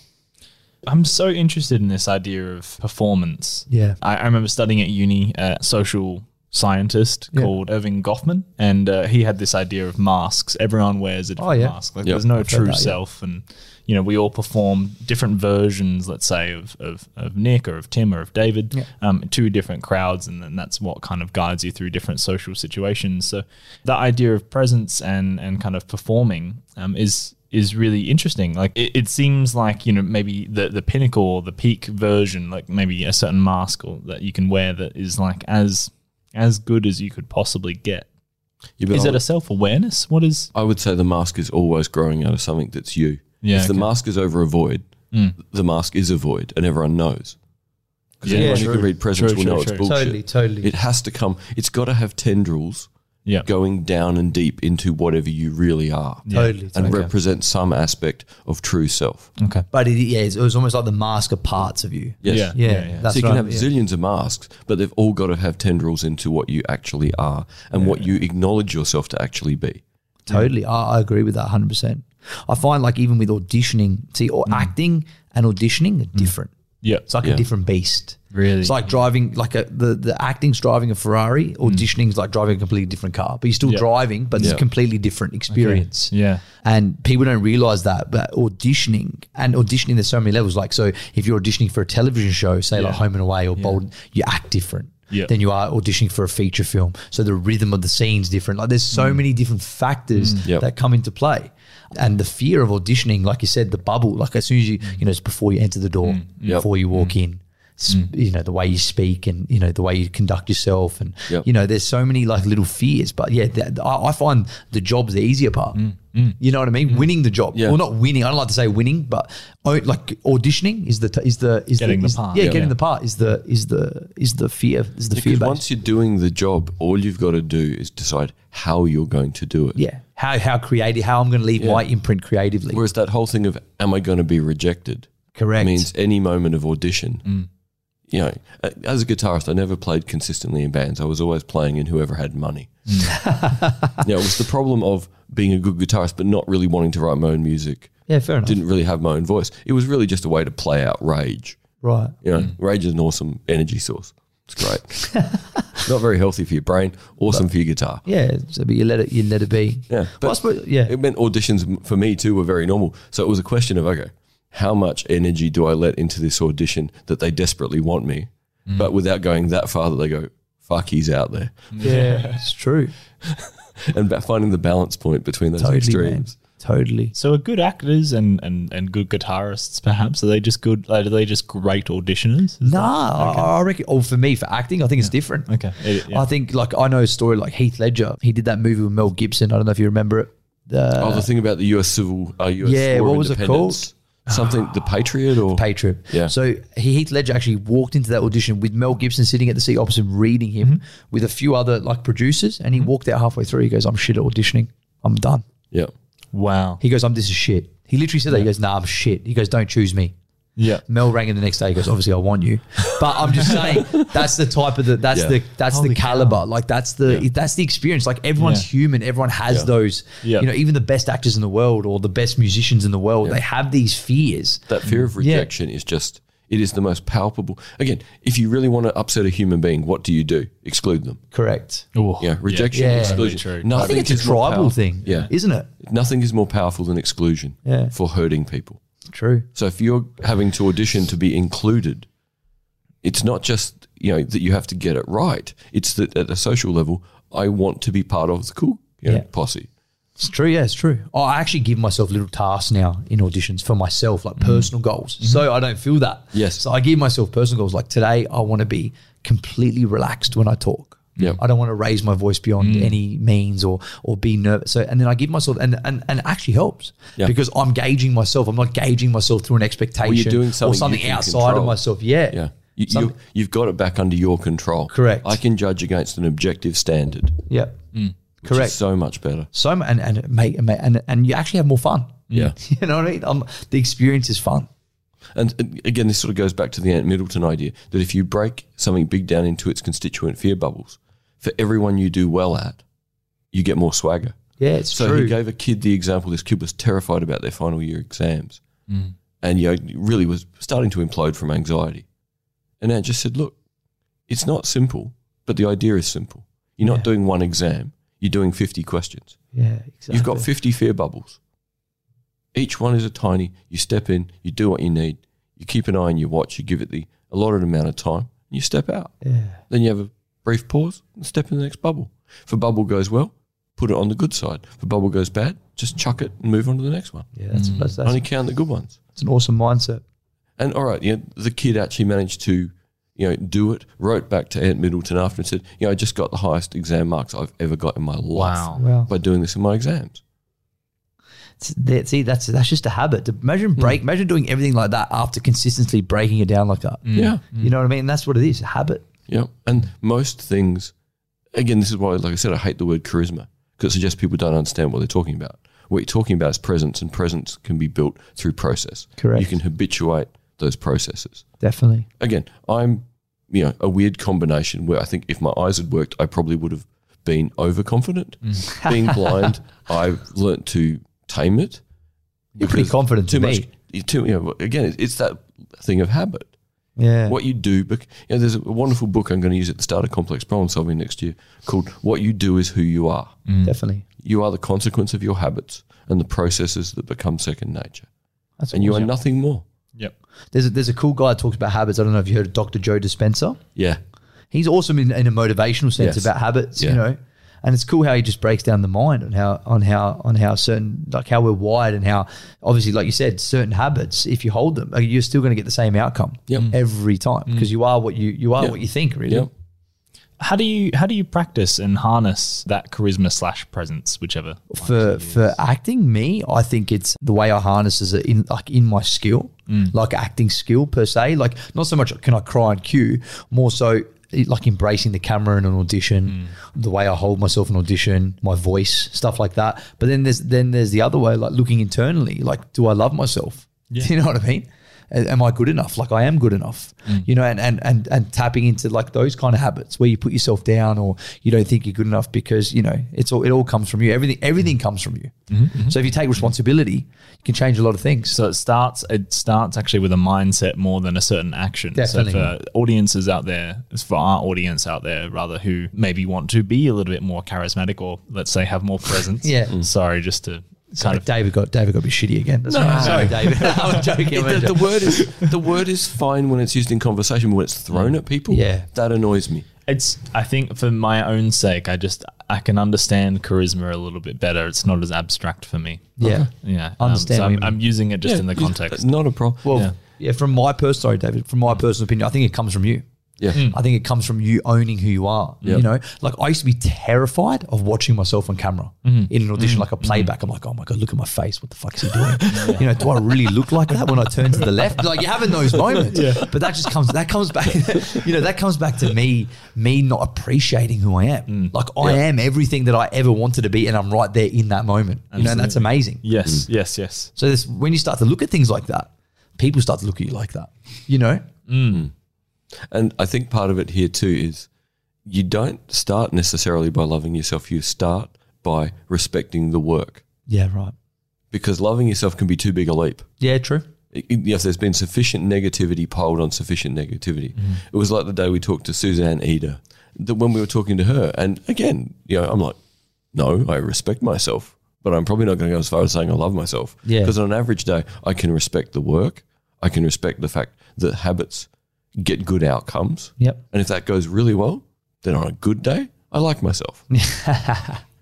Speaker 2: I'm so interested in this idea of performance.
Speaker 3: Yeah.
Speaker 2: I, I remember studying at uni a social scientist
Speaker 3: Yeah.
Speaker 2: called Irving Goffman, and uh, he had this idea of masks. Everyone wears a different
Speaker 3: Oh, yeah.
Speaker 2: mask. Like
Speaker 1: Yep.
Speaker 2: there's no
Speaker 3: heard
Speaker 2: true
Speaker 3: that, yeah.
Speaker 2: self, and you know we all perform different versions, let's say of of, of Nick or of Tim or of David, um, to different crowds, and then that's what kind of guides you through different social situations. So that idea of presence and and kind of performing um, is is really interesting. Like it, it seems like you know maybe the the pinnacle, or the peak version, like maybe a certain mask or that you can wear that is like as as good as you could possibly get.
Speaker 1: Yeah, but
Speaker 2: is
Speaker 1: I,
Speaker 2: it a self awareness? What is?
Speaker 1: I would say the mask is always growing out of something that's you.
Speaker 2: Yeah,
Speaker 1: if the
Speaker 2: okay. Hmm.
Speaker 1: mask is over a void, the mask is a void and everyone knows. Because
Speaker 2: Yeah,
Speaker 1: anyone who
Speaker 2: true.
Speaker 1: can read presence
Speaker 2: True,
Speaker 1: will know
Speaker 2: true,
Speaker 1: it's
Speaker 2: true.
Speaker 1: bullshit.
Speaker 3: Totally. Totally.
Speaker 1: It has to come, it's got to have tendrils
Speaker 2: Yeah,
Speaker 1: going down and deep into whatever you really are.
Speaker 3: Totally.
Speaker 1: and
Speaker 3: totally.
Speaker 1: represent some aspect of true self.
Speaker 2: okay.
Speaker 3: But it, yeah, it's, it was almost like the mask of parts of you.
Speaker 1: Yes.
Speaker 2: Yeah,
Speaker 3: Yeah.
Speaker 2: yeah, yeah.
Speaker 3: That's
Speaker 1: so you
Speaker 3: right.
Speaker 1: can have
Speaker 3: yeah.
Speaker 1: zillions of masks, but they've all got to have tendrils into what you actually are and what you acknowledge yourself to actually be.
Speaker 3: Totally. I, I agree with that 100%. I find like even with auditioning, see, or acting and auditioning are different.
Speaker 2: Yeah,
Speaker 3: It's like
Speaker 1: Mm. Yeah.
Speaker 3: a different beast.
Speaker 2: Really?
Speaker 3: It's like driving, like a, the, the acting's driving a Ferrari, auditioning's like driving a completely different car, but you're still
Speaker 2: Yeah.
Speaker 3: driving, but it's
Speaker 1: Mm. Yeah.
Speaker 3: a completely different experience.
Speaker 2: yeah.
Speaker 3: And people don't realize that, but auditioning and auditioning, there's so many levels. Like, so if you're auditioning for a television show, say like
Speaker 2: Yeah.
Speaker 3: Home and Away or Bold, you act different
Speaker 2: Yeah.
Speaker 3: than you are auditioning for a feature film. So the rhythm of the scene's different. Like, there's so
Speaker 2: Mm.
Speaker 3: many different factors
Speaker 1: Yep.
Speaker 3: that come into play. And the fear of auditioning, like you said, the bubble, like as soon as you, you know, it's before you enter the door,
Speaker 1: Mm. Yep. Mm.
Speaker 3: before you walk in. It's, You know the way you speak, and you know the way you conduct yourself, and
Speaker 1: Yep.
Speaker 3: you know there's so many like little fears. But yeah, that, I, I find the job's the easier part. You know what I mean? Winning the job,
Speaker 1: Mm. Yeah.
Speaker 3: well, not winning. I don't like to say winning, but oh, like auditioning is the t- is the is
Speaker 2: Getting the
Speaker 3: is-
Speaker 2: part.
Speaker 3: Yeah,
Speaker 2: Yeah.
Speaker 3: getting the part is the is the is the fear is the fear
Speaker 1: Because
Speaker 3: base.
Speaker 1: once you're doing the job, all you've got to do is decide how you're going to do it.
Speaker 3: yeah, how how creative, how I'm going to leave my imprint creatively.
Speaker 1: Whereas that whole thing of am I going to be rejected
Speaker 3: Correct. Mm.
Speaker 1: means any moment of audition. You know, a- as a guitarist, I never played consistently in bands. I was always playing in whoever had money.
Speaker 3: Mm.
Speaker 1: yeah, it was the problem of being a good guitarist, but not really wanting to write my own music.
Speaker 3: yeah, fair enough.
Speaker 1: didn't really have my own voice. It was really just a way to play out rage.
Speaker 3: Right.
Speaker 1: You know, rage is an awesome energy source. It's great. Not very healthy for your brain. Awesome for your guitar.
Speaker 3: Yeah. So, but you let it you let it be.
Speaker 1: Yeah,
Speaker 3: Well, I
Speaker 1: but
Speaker 3: suppose, yeah.
Speaker 1: it meant auditions m- for me too were very normal. So it was a question of okay, how much energy do I let into this audition that they desperately want me, but without going that far that they go, fuck, he's out there.
Speaker 3: Yeah, it's true.
Speaker 1: And ba- finding the balance point between those
Speaker 3: Totally, man.
Speaker 1: extremes.
Speaker 3: Totally.
Speaker 2: So are good actors and, and, and good guitarists perhaps? Are they just good like, are they just great auditioners? Is
Speaker 3: Nah, I I reckon. Or for me, for acting, I think it's different.
Speaker 2: Okay. It- yeah.
Speaker 3: I think like I know a story like Heath Ledger. He did that movie with Mel Gibson. I don't know if you remember it. The
Speaker 1: oh, the thing about the US Civil, uh, US
Speaker 3: Uh, Yeah,
Speaker 1: War of
Speaker 3: what was it
Speaker 1: Independence. Something, The Patriot or?
Speaker 3: Patriot.
Speaker 1: Yeah.
Speaker 3: So he, Heath Ledger actually walked into that audition with Mel Gibson sitting at the seat opposite, him, reading him with a few other like producers, and he walked out halfway through. He goes, "I'm shit at auditioning. I'm done."
Speaker 1: yeah.
Speaker 2: wow.
Speaker 3: He goes, "I'm this is shit." He literally said that. He goes, "Nah, I'm shit." He goes, "Don't choose me."
Speaker 2: Yeah.
Speaker 3: Mel rang him the next day. He goes, "Obviously, I want you," but I'm just saying that's the type of the that's
Speaker 1: Yeah.
Speaker 3: the that's
Speaker 2: Holy
Speaker 3: the caliber. Like that's the that's the experience. Like everyone's
Speaker 2: Yeah.
Speaker 3: human. Everyone has those.
Speaker 2: Yeah.
Speaker 3: You know, even the best actors in the world or the best musicians in the world, they have these fears.
Speaker 1: That fear of
Speaker 3: Mm.
Speaker 1: rejection is just, it is the most palpable. Again, if you really want to upset a human being, what do you do? Exclude them.
Speaker 3: Correct.
Speaker 2: Oh,
Speaker 1: Yeah, rejection,
Speaker 3: Yeah.
Speaker 1: exclusion.
Speaker 2: Totally true.
Speaker 1: Nothing
Speaker 3: I think it's a
Speaker 1: is more
Speaker 3: tribal
Speaker 1: powerful-
Speaker 3: thing,
Speaker 1: Yeah.
Speaker 3: isn't it?
Speaker 1: Nothing is more powerful than exclusion
Speaker 3: Yeah.
Speaker 1: for hurting people.
Speaker 3: True.
Speaker 1: So if you're having to audition to be included, it's not just you know that you have to get it right. It's that at a social level, I want to be part of the cool you know,
Speaker 3: Yeah.
Speaker 1: posse.
Speaker 3: It's true. Yeah, it's true. I actually give myself little tasks now in auditions for myself, like personal goals. So I don't feel that.
Speaker 1: Mm-hmm. Yes.
Speaker 3: So I give myself personal goals. Like today, I want to be completely relaxed when I talk.
Speaker 1: Yeah.
Speaker 3: I don't want to raise my voice
Speaker 1: Mm.
Speaker 3: beyond any means or or be nervous. So and then I give myself and and, and it actually helps
Speaker 1: Yeah.
Speaker 3: because I'm gauging myself. I'm not gauging myself through an expectation
Speaker 1: doing something
Speaker 3: or
Speaker 1: you
Speaker 3: something
Speaker 1: can
Speaker 3: outside of
Speaker 1: control.
Speaker 3: myself. Yeah.
Speaker 1: Yeah, you,
Speaker 3: Some-
Speaker 1: you, you've got it back under your control.
Speaker 3: Correct.
Speaker 1: I can judge against an objective standard.
Speaker 3: Yeah.
Speaker 1: Mm. Which
Speaker 3: Correct.
Speaker 1: Is so much better.
Speaker 3: so mu- and and mate, and, and and you actually have more fun.
Speaker 1: Yeah.
Speaker 3: You know what I mean? Um, the experience is fun.
Speaker 1: And uh, again, this sort of goes back to the Ant Middleton idea that if you break something big down into its constituent fear bubbles, for everyone you do well at, you get more swagger.
Speaker 3: Yeah, it's
Speaker 1: So
Speaker 3: true.
Speaker 1: he gave a kid the example. This kid was terrified about their final year exams,
Speaker 3: Mm.
Speaker 1: and you know, really was starting to implode from anxiety. And Ant just said, "Look, it's not simple, but the idea is simple. You're not doing one exam; you're doing 50 questions.
Speaker 3: Yeah, exactly.
Speaker 1: You've got 50 fear bubbles. Each one is a tiny. You step in, you do what you need, you keep an eye on your watch, you give it the allotted amount of time, and you step out.
Speaker 3: yeah,
Speaker 1: Then you have a brief pause and step in the next bubble. If a bubble goes well, put it on the good side. If a bubble goes bad, just chuck it and move on to the next one.
Speaker 3: yeah. That's that's, that's,
Speaker 1: Hmm. Only count the good ones.
Speaker 3: that's an awesome mindset.
Speaker 1: And all right, you know, the kid actually managed to, you know, do it. Wrote back to Aunt Middleton after and said, you know, I just got the highest exam marks I've ever got in my life
Speaker 2: Wow.
Speaker 3: Wow.
Speaker 1: by doing this in my exams.
Speaker 3: It's- that- See, that's that's just a habit. To imagine
Speaker 1: Hmm.
Speaker 3: break. Imagine doing everything like that after consistently breaking it down like that.
Speaker 1: Yeah.
Speaker 3: You know what I mean? That's what it is. A habit.
Speaker 1: Yeah. And most things, again, this is why, like I said, I hate the word charisma because it suggests people don't understand what they're talking about. What you're talking about is presence, and presence can be built through process.
Speaker 3: Correct.
Speaker 1: You can habituate those processes.
Speaker 3: Definitely.
Speaker 1: Again, I'm, you know, a weird combination where I think if my eyes had worked, I probably would have been overconfident.
Speaker 3: Mm.
Speaker 1: Being blind, I've learnt to tame it.
Speaker 3: You're pretty
Speaker 1: because
Speaker 3: confident
Speaker 1: Too
Speaker 3: to
Speaker 1: much.
Speaker 3: me.
Speaker 1: you- Too, you know, again, it's- it's that thing of habit
Speaker 3: Yeah.
Speaker 1: what you do. Bec- you know, there's a wonderful book I'm going to use at the start of Complex Problem Solving next year called "What You Do Is Who You Are."
Speaker 3: Mm. Definitely.
Speaker 1: You are the consequence of your habits and the processes that become second nature,
Speaker 3: That's
Speaker 1: and you are
Speaker 3: awesome.
Speaker 1: nothing more.
Speaker 2: Yep.
Speaker 3: There's a, there's a cool guy that talks about habits. I don't know if you heard of Dr. Joe Dispenza.
Speaker 1: Yeah,
Speaker 3: he's awesome in, in a motivational sense
Speaker 1: Yes.
Speaker 3: about habits,
Speaker 1: Yeah.
Speaker 3: you know. And it's cool how he just breaks down the mind on how on how on how certain like how we're wired and how obviously like you said certain habits if you hold them uh, you're still going to get the same outcome
Speaker 1: Yep. Mm.
Speaker 3: every time because you are what you you are
Speaker 1: Yeah.
Speaker 3: what you think really.
Speaker 1: yeah.
Speaker 2: How do you how do you practice and harness that charisma slash presence, whichever?
Speaker 3: for for acting me i think it's the way i harness is in like in my skill like acting skill per se like not so much can i cry and cue more so it- like embracing the camera in an audition the way i hold myself in audition my voice stuff like that but then there's then there's the other way like looking internally like do i love myself you know what i mean A- am i good enough like i am good enough
Speaker 2: Mm.
Speaker 3: you know and, and and and tapping into like those kind of habits where you put yourself down or you don't think you're good enough because you know it's all it all comes from you everything
Speaker 2: Mm.
Speaker 3: everything comes from you so if you take responsibility you can change a lot of things
Speaker 2: Mm-hmm, So it starts it starts actually with a mindset more than a certain action.
Speaker 3: Definitely.
Speaker 2: So for audiences out there, for our audience out there rather who maybe want to be a little bit more charismatic or let's say have more presence.
Speaker 3: Yeah. Mm.
Speaker 2: Sorry, just to
Speaker 3: Sorry, David got David got a bit shitty again. That's
Speaker 1: No,
Speaker 3: right. sorry,
Speaker 1: no.
Speaker 3: David. I was joking.
Speaker 1: It- the, the word is the word is fine when it's used in conversation, but when it's thrown at people,
Speaker 3: Yeah.
Speaker 1: that annoys me.
Speaker 2: It's. I think for my own sake, I just I can understand charisma a little bit better. It's not as abstract for me.
Speaker 3: yeah,
Speaker 2: Yeah,
Speaker 3: Understand what
Speaker 2: Um,
Speaker 3: you
Speaker 2: so
Speaker 3: mean.
Speaker 2: I'm, I'm using it just
Speaker 1: Yeah,
Speaker 2: in the
Speaker 1: you- uh,
Speaker 2: context.
Speaker 1: Not a problem.
Speaker 3: Well,
Speaker 2: Yeah. Mm.
Speaker 3: yeah. From my personal, sorry, David. From my personal opinion, I think it comes from you.
Speaker 1: yeah.
Speaker 3: I think it comes from you owning who you are.
Speaker 1: Yeah.
Speaker 3: You know, like I used to be terrified of watching myself on camera in an audition, like a playback. I'm like, oh my god, look at my face. What the fuck is he doing? You know, do I really look like that when I turn to the left? Like you having those moments, but that just comes that comes back. you know, that comes back to me me not appreciating who I am. Like I am everything that I ever wanted to be, and I'm right there in that moment. You know, and that's amazing.
Speaker 1: Mm.
Speaker 2: Yes, yes, yes.
Speaker 3: So this, when you start to look at things like that, people start to look at you like that. You know,
Speaker 1: And I think part of it here too is you don't start necessarily by loving yourself. You start by respecting the work
Speaker 3: yeah, right,
Speaker 1: because loving yourself can be too big a leap.
Speaker 3: yeah, true.
Speaker 1: I- Yes, there's been sufficient negativity piled on sufficient negativity. It was like the day we talked to Suzanne Eder, that when we were talking to her, and again, you know, I'm like, no, I respect myself, but I'm probably not going to go as far as saying I love myself.
Speaker 3: Yeah.
Speaker 1: Because on an average day, I can respect the work, I can respect the fact that habits get good outcomes.
Speaker 3: Yep.
Speaker 1: And if that goes really well, then on a good day, I like myself.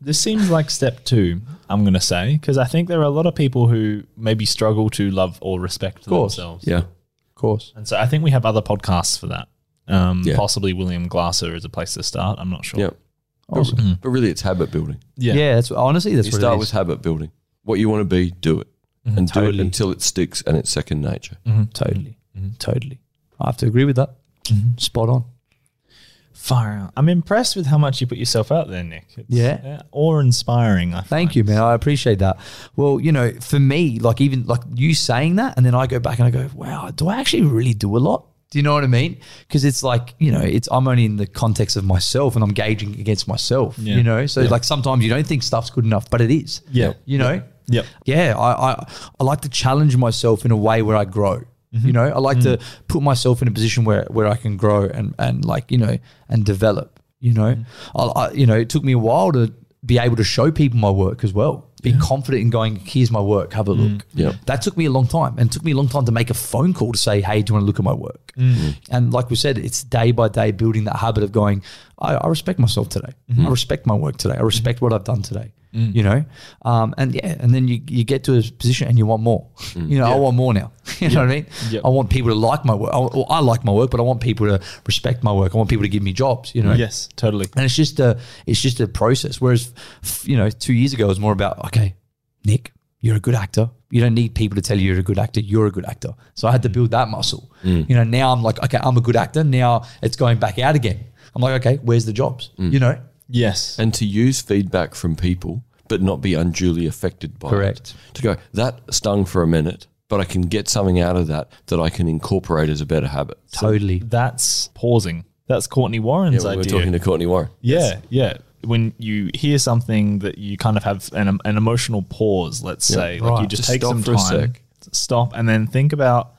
Speaker 2: This seems like step two, I'm going to say, because I think there are a lot of people who maybe struggle to love or respect
Speaker 3: course.
Speaker 2: themselves.
Speaker 1: Yeah.
Speaker 3: Of course.
Speaker 2: And so I think we have other podcasts for that. Um,
Speaker 1: Yeah.
Speaker 2: Possibly William Glasser is a place to start. I'm not sure.
Speaker 1: Yeah.
Speaker 3: Awesome.
Speaker 1: But really, it's habit building.
Speaker 2: Yeah.
Speaker 3: Yeah. that's honestly that's
Speaker 1: You
Speaker 3: what
Speaker 1: start
Speaker 3: it
Speaker 1: with
Speaker 3: is. Mm-hmm.
Speaker 1: habit building. What you want to be, do it. And do
Speaker 3: Totally. Mm-hmm.
Speaker 1: it until it sticks and it's second nature.
Speaker 3: totally,
Speaker 2: Mm-hmm.
Speaker 3: totally. I have to agree with that. Spot on.
Speaker 2: Far out. I'm impressed with how much you put yourself out there, Nick. It's,
Speaker 3: Yeah.
Speaker 2: Awe inspiring. I
Speaker 3: Thank you, man. I appreciate that. Well, you know, for me, like even like you saying that, and then I go back and I go, wow, do I actually really do a lot? Do you know what I mean? Because it's like you know, it's I'm only in the context of myself, and I'm gauging against myself.
Speaker 2: Yeah.
Speaker 3: You know, so like sometimes you don't think stuff's good enough, but it is.
Speaker 2: Yeah.
Speaker 3: You know.
Speaker 2: Yep.
Speaker 3: yeah, I, I I like to challenge myself in a way where I grow. You know, I like to put myself in a position where where I can grow and and like you know and develop. You know, I, I you know it took me a while to be able to show people my work as well. Be confident in going. Here's my work. Have a look.
Speaker 1: Yeah.
Speaker 3: That took me a long time, and it took me a long time to make a phone call to say, "Hey, do you want to look at my work?" And like we said, it's day by day building that habit of going. I, I respect myself today. I respect my work today. I respect what I've done today. You know, um, and yeah, and then you, you get to a position and you want more. You know, I want more now. you know what I mean?
Speaker 2: Yep.
Speaker 3: I want people to like my work. I, well, I like my work, but I want people to respect my work. I want people to give me jobs. You know,
Speaker 2: Yes, totally.
Speaker 3: and it's just a it's just a process. Whereas, f- you know, two years ago it was more about okay, Nick, you're a good actor. You don't need people to tell you you're a good actor. You're a good actor. So I had to build that muscle. You know, now I'm like, okay, I'm a good actor. Now it's going back out again. I'm like, okay, where's the jobs? You know,
Speaker 2: Yes.
Speaker 1: And to use feedback from people, but not be unduly affected by
Speaker 3: Correct.
Speaker 1: it. To go, that stung for a minute, but I can get something out of that that I can incorporate as a better habit.
Speaker 3: totally.
Speaker 2: That's pausing. That's Courtney Warren's
Speaker 1: Yeah, we were
Speaker 2: idea.
Speaker 1: talking to Courtney Warren.
Speaker 2: Yeah, yeah. When you hear something that you kind of have an, an emotional pause, let's say, like you
Speaker 3: Right.
Speaker 2: just,
Speaker 1: Just
Speaker 2: take
Speaker 1: stop
Speaker 2: some
Speaker 1: for a
Speaker 2: time,
Speaker 1: sec.
Speaker 2: stop, and then think about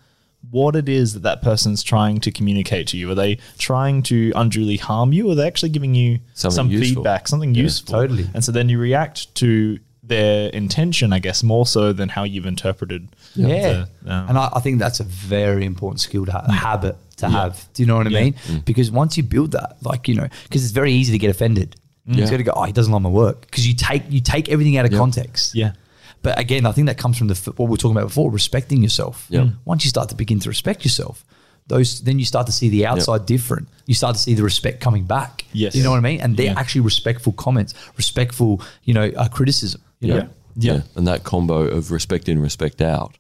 Speaker 2: what it is that that person's trying to communicate to you. Are they trying to unduly harm you? Or are they actually giving you
Speaker 1: Something
Speaker 2: some
Speaker 1: useful.
Speaker 2: feedback, something useful?
Speaker 3: totally.
Speaker 2: And so then you react to their intention, I guess, more so than how you've interpreted.
Speaker 3: Yeah. Mm.
Speaker 2: the- um,
Speaker 3: and I, I think that's a very important skill to have, a habit to have. Do you know what I mean? Because once you build that, like, you know, because it's very easy to get offended. It's going to go, oh, he doesn't like my work. Because you take, you take everything out of context.
Speaker 2: Yeah.
Speaker 3: But again, I think that comes from the f- what we were talking about before, respecting yourself.
Speaker 1: Yeah.
Speaker 2: Hmm.
Speaker 3: Once you start to begin to respect yourself, those then you start to see the outside different. You start to see the respect coming back.
Speaker 2: Yes.
Speaker 3: You know what I mean? And they're
Speaker 2: Yeah.
Speaker 3: actually respectful comments, respectful, you know, uh, criticism. You know?
Speaker 2: Yeah. Yeah.
Speaker 1: And that combo of respect in, respect out,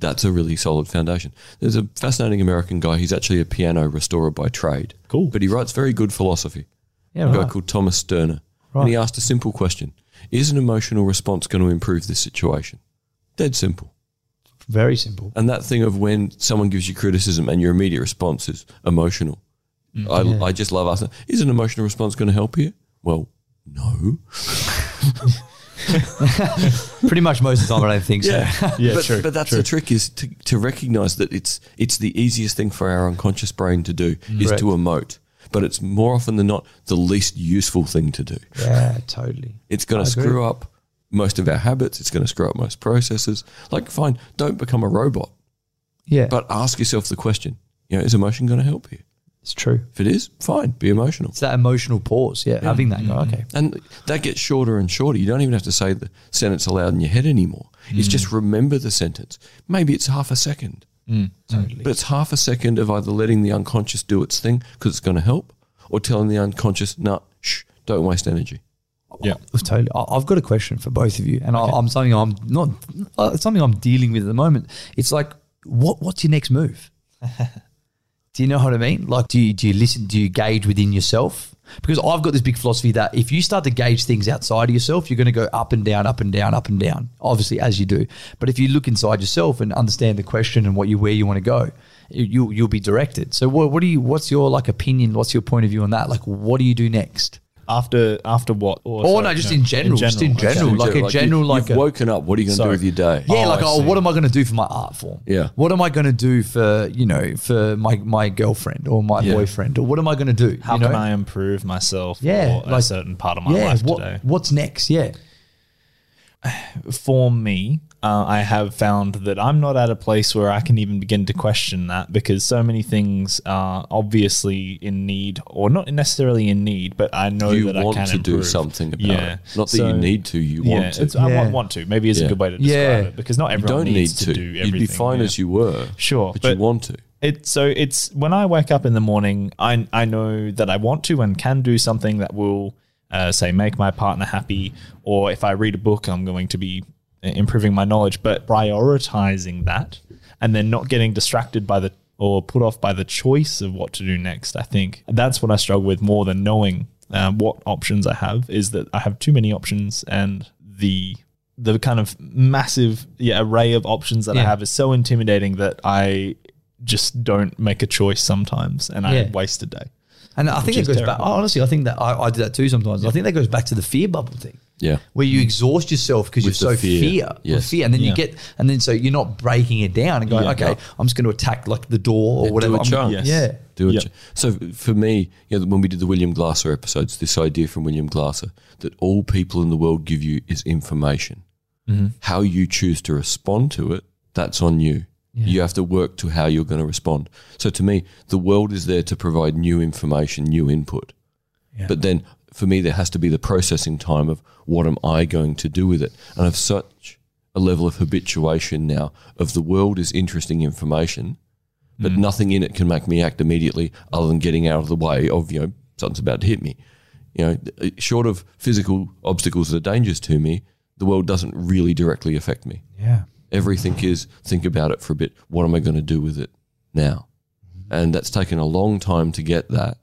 Speaker 1: that's a really solid foundation. There's a fascinating American guy. He's actually a piano restorer by trade.
Speaker 2: Cool.
Speaker 1: But he writes very good philosophy.
Speaker 3: Yeah,
Speaker 1: a
Speaker 2: Ah.
Speaker 3: right.
Speaker 1: guy called Thomas Sterner. And he asked a simple question Is an emotional response going to improve this situation? Dead simple.
Speaker 3: Very simple.
Speaker 1: And that thing of when someone gives you criticism and your immediate response is emotional.
Speaker 2: Mm.
Speaker 1: I, I just love asking, is an emotional response going to help you? Well, no.
Speaker 3: Pretty much most of the time, I don't think so.
Speaker 2: Yeah,
Speaker 1: but,
Speaker 2: true,
Speaker 1: but that's
Speaker 2: true.
Speaker 1: the trick is to, to recognize that it's it's the easiest thing for our unconscious brain to do
Speaker 2: Mm.
Speaker 1: is
Speaker 3: Correct.
Speaker 1: to emote. But it's more often than not the least useful thing to do.
Speaker 3: Yeah, totally.
Speaker 1: It's going to screw up most of our habits. It's going to screw up most processes. Like, fine, don't become a robot,
Speaker 3: Yeah,
Speaker 1: but ask yourself the question: You know, is emotion going to help you?
Speaker 3: it's true.
Speaker 1: If it is, fine, be emotional.
Speaker 3: It's that emotional pause. Yeah, having that.
Speaker 2: Mm-hmm.
Speaker 3: Go, okay.
Speaker 1: And that gets shorter and shorter. You don't even have to say the sentence aloud in your head anymore. It's
Speaker 3: Mm.
Speaker 1: just remember the sentence. Maybe it's half a second,
Speaker 3: Totally.
Speaker 1: but it's half a second of either letting the unconscious do its thing because it's going to help, or telling the unconscious, "Nah, shh, don't waste energy."
Speaker 2: Yeah.
Speaker 3: I've Totally. I- I've got a question for both of you, and I, I'm something I'm not uh, it's something I'm dealing with at the moment. It's like, what what's your next move? do you know what I mean? Like, do you do you listen? Do you gauge within yourself? Because I've got this big philosophy that if you start to gauge things outside of yourself, you're going to go up and down, up and down, up and down. Obviously, as you do. But if you look inside yourself and understand the question and what you where you want to go, you you'll be directed. So, what what do you? What's your like opinion? What's your point of view on that? Like, what do you do next?
Speaker 2: After after what?
Speaker 3: Oh
Speaker 2: sorry,
Speaker 3: no, just in general, just in
Speaker 2: okay.
Speaker 3: general, like a general,
Speaker 1: you,
Speaker 3: like
Speaker 1: you've
Speaker 3: a,
Speaker 1: woken up. What are you going to do
Speaker 2: Sorry.
Speaker 1: with your day?
Speaker 3: yeah,
Speaker 2: Oh,
Speaker 3: like
Speaker 2: I
Speaker 3: oh,
Speaker 2: see.
Speaker 3: what am I going to do for my art form?
Speaker 1: Yeah.
Speaker 3: what am I going to do for you know for my my girlfriend or my
Speaker 1: Yeah.
Speaker 3: boyfriend or what am I going to do?
Speaker 2: How
Speaker 3: you know?
Speaker 2: can I improve myself?
Speaker 3: Yeah,
Speaker 2: for a
Speaker 3: like-
Speaker 2: certain part of my
Speaker 3: Yeah,
Speaker 2: life
Speaker 3: what
Speaker 2: today.
Speaker 3: what's next? Yeah,
Speaker 2: for me, uh, I have found that I'm not at a place where I can even begin to question that because so many things are obviously in need, or not necessarily in need, but I know
Speaker 1: you
Speaker 2: that I
Speaker 1: want
Speaker 2: can
Speaker 1: to do
Speaker 2: improve.
Speaker 1: something about
Speaker 2: Yeah.
Speaker 1: it. Not that
Speaker 2: So-
Speaker 1: you need to. You
Speaker 2: Yeah,
Speaker 1: want to.
Speaker 2: it's- I
Speaker 3: Yeah.
Speaker 2: want, want to. Maybe is
Speaker 1: Yeah.
Speaker 2: a good way to describe
Speaker 3: Yeah.
Speaker 2: it because not
Speaker 1: you
Speaker 2: everyone
Speaker 1: don't need
Speaker 2: needs
Speaker 1: to.
Speaker 2: to. do everything.
Speaker 1: You'd be fine
Speaker 2: yeah.
Speaker 1: as you were.
Speaker 2: Sure,
Speaker 1: but,
Speaker 2: but-
Speaker 1: you want to.
Speaker 2: It, so it's when I wake up in the morning, I, I know that I want to and can do something that will, uh, say, make my partner happy. Or if I read a book, I'm going to be uh, improving my knowledge, but prioritizing that and then not getting distracted by the or put off by the choice of what to do next. I think that's what I struggle with more than knowing um, what options I have is that I have too many options and the the kind of massive yeah, array of options that I
Speaker 3: Yeah.
Speaker 2: have is so intimidating that I just don't make a choice sometimes and
Speaker 3: Yeah.
Speaker 2: I waste a day.
Speaker 3: and I think
Speaker 2: Which
Speaker 3: it
Speaker 2: is
Speaker 3: goes
Speaker 2: terrible.
Speaker 3: back. Honestly, I think that I, I do that too sometimes. I think that goes back to the fear bubble thing.
Speaker 1: Yeah.
Speaker 3: where you exhaust yourself because you're
Speaker 1: With the
Speaker 3: so
Speaker 1: fear.
Speaker 3: fear, with
Speaker 1: Yes.
Speaker 3: fear, and then you
Speaker 2: Yeah.
Speaker 3: get, and then so you're not breaking it down and going,
Speaker 1: Yeah.
Speaker 3: okay, I'm just going to attack like the door or
Speaker 1: Yeah, do
Speaker 3: whatever.
Speaker 1: a
Speaker 3: I'm-
Speaker 1: chunk.
Speaker 2: Yes.
Speaker 3: Yeah,
Speaker 1: Do it.
Speaker 2: Yeah.
Speaker 1: So for me, you know, when we did the William Glasser episodes, this idea from William Glasser that all people in the world give you is information.
Speaker 3: Mm-hmm.
Speaker 1: How you choose to respond to it, that's on you. You have to work to how you're going to respond. So to me, the world is there to provide new information, new input. But then for me, there has to be the processing time of what am I going to do with it? And I've such a level of habituation now of the world is interesting information, but nothing in it can make me act immediately other than getting out of the way of, you know, something's about to hit me. You know, th- short of physical obstacles that are dangers to me, the world doesn't really directly affect me.
Speaker 3: yeah.
Speaker 1: Everything is think about it for a bit. What am I going to do with it now?
Speaker 3: Mm-hmm.
Speaker 1: And that's taken a long time to get that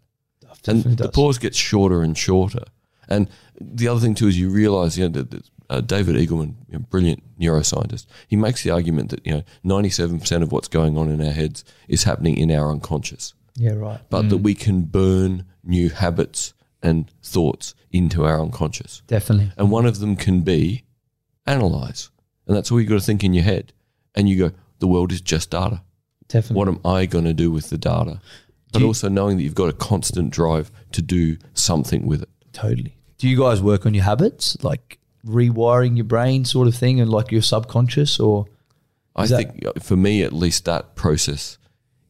Speaker 1: and
Speaker 3: Definitely
Speaker 1: the
Speaker 3: does.
Speaker 1: pause gets shorter and shorter. And the other thing too is you realise, you know, that, that, uh, David Eagleman, you know, brilliant neuroscientist, he makes the argument that you know ninety-seven percent of what's going on in our heads is happening in our unconscious,
Speaker 3: Yeah, right.
Speaker 1: but that we can burn new habits and thoughts into our unconscious.
Speaker 3: Definitely.
Speaker 1: And one of them can be analyze. And that's all you've got to think in your head. And you go, the world is just data.
Speaker 3: Definitely.
Speaker 1: What am I going to do with the data? But
Speaker 3: Mm. you-
Speaker 1: also knowing that you've got a constant drive to do something with it.
Speaker 3: Totally. Do you guys work on your habits, like rewiring your brain, sort of thing, and like your subconscious, or
Speaker 1: I
Speaker 3: Is that-
Speaker 1: think uh, for me, at least, that process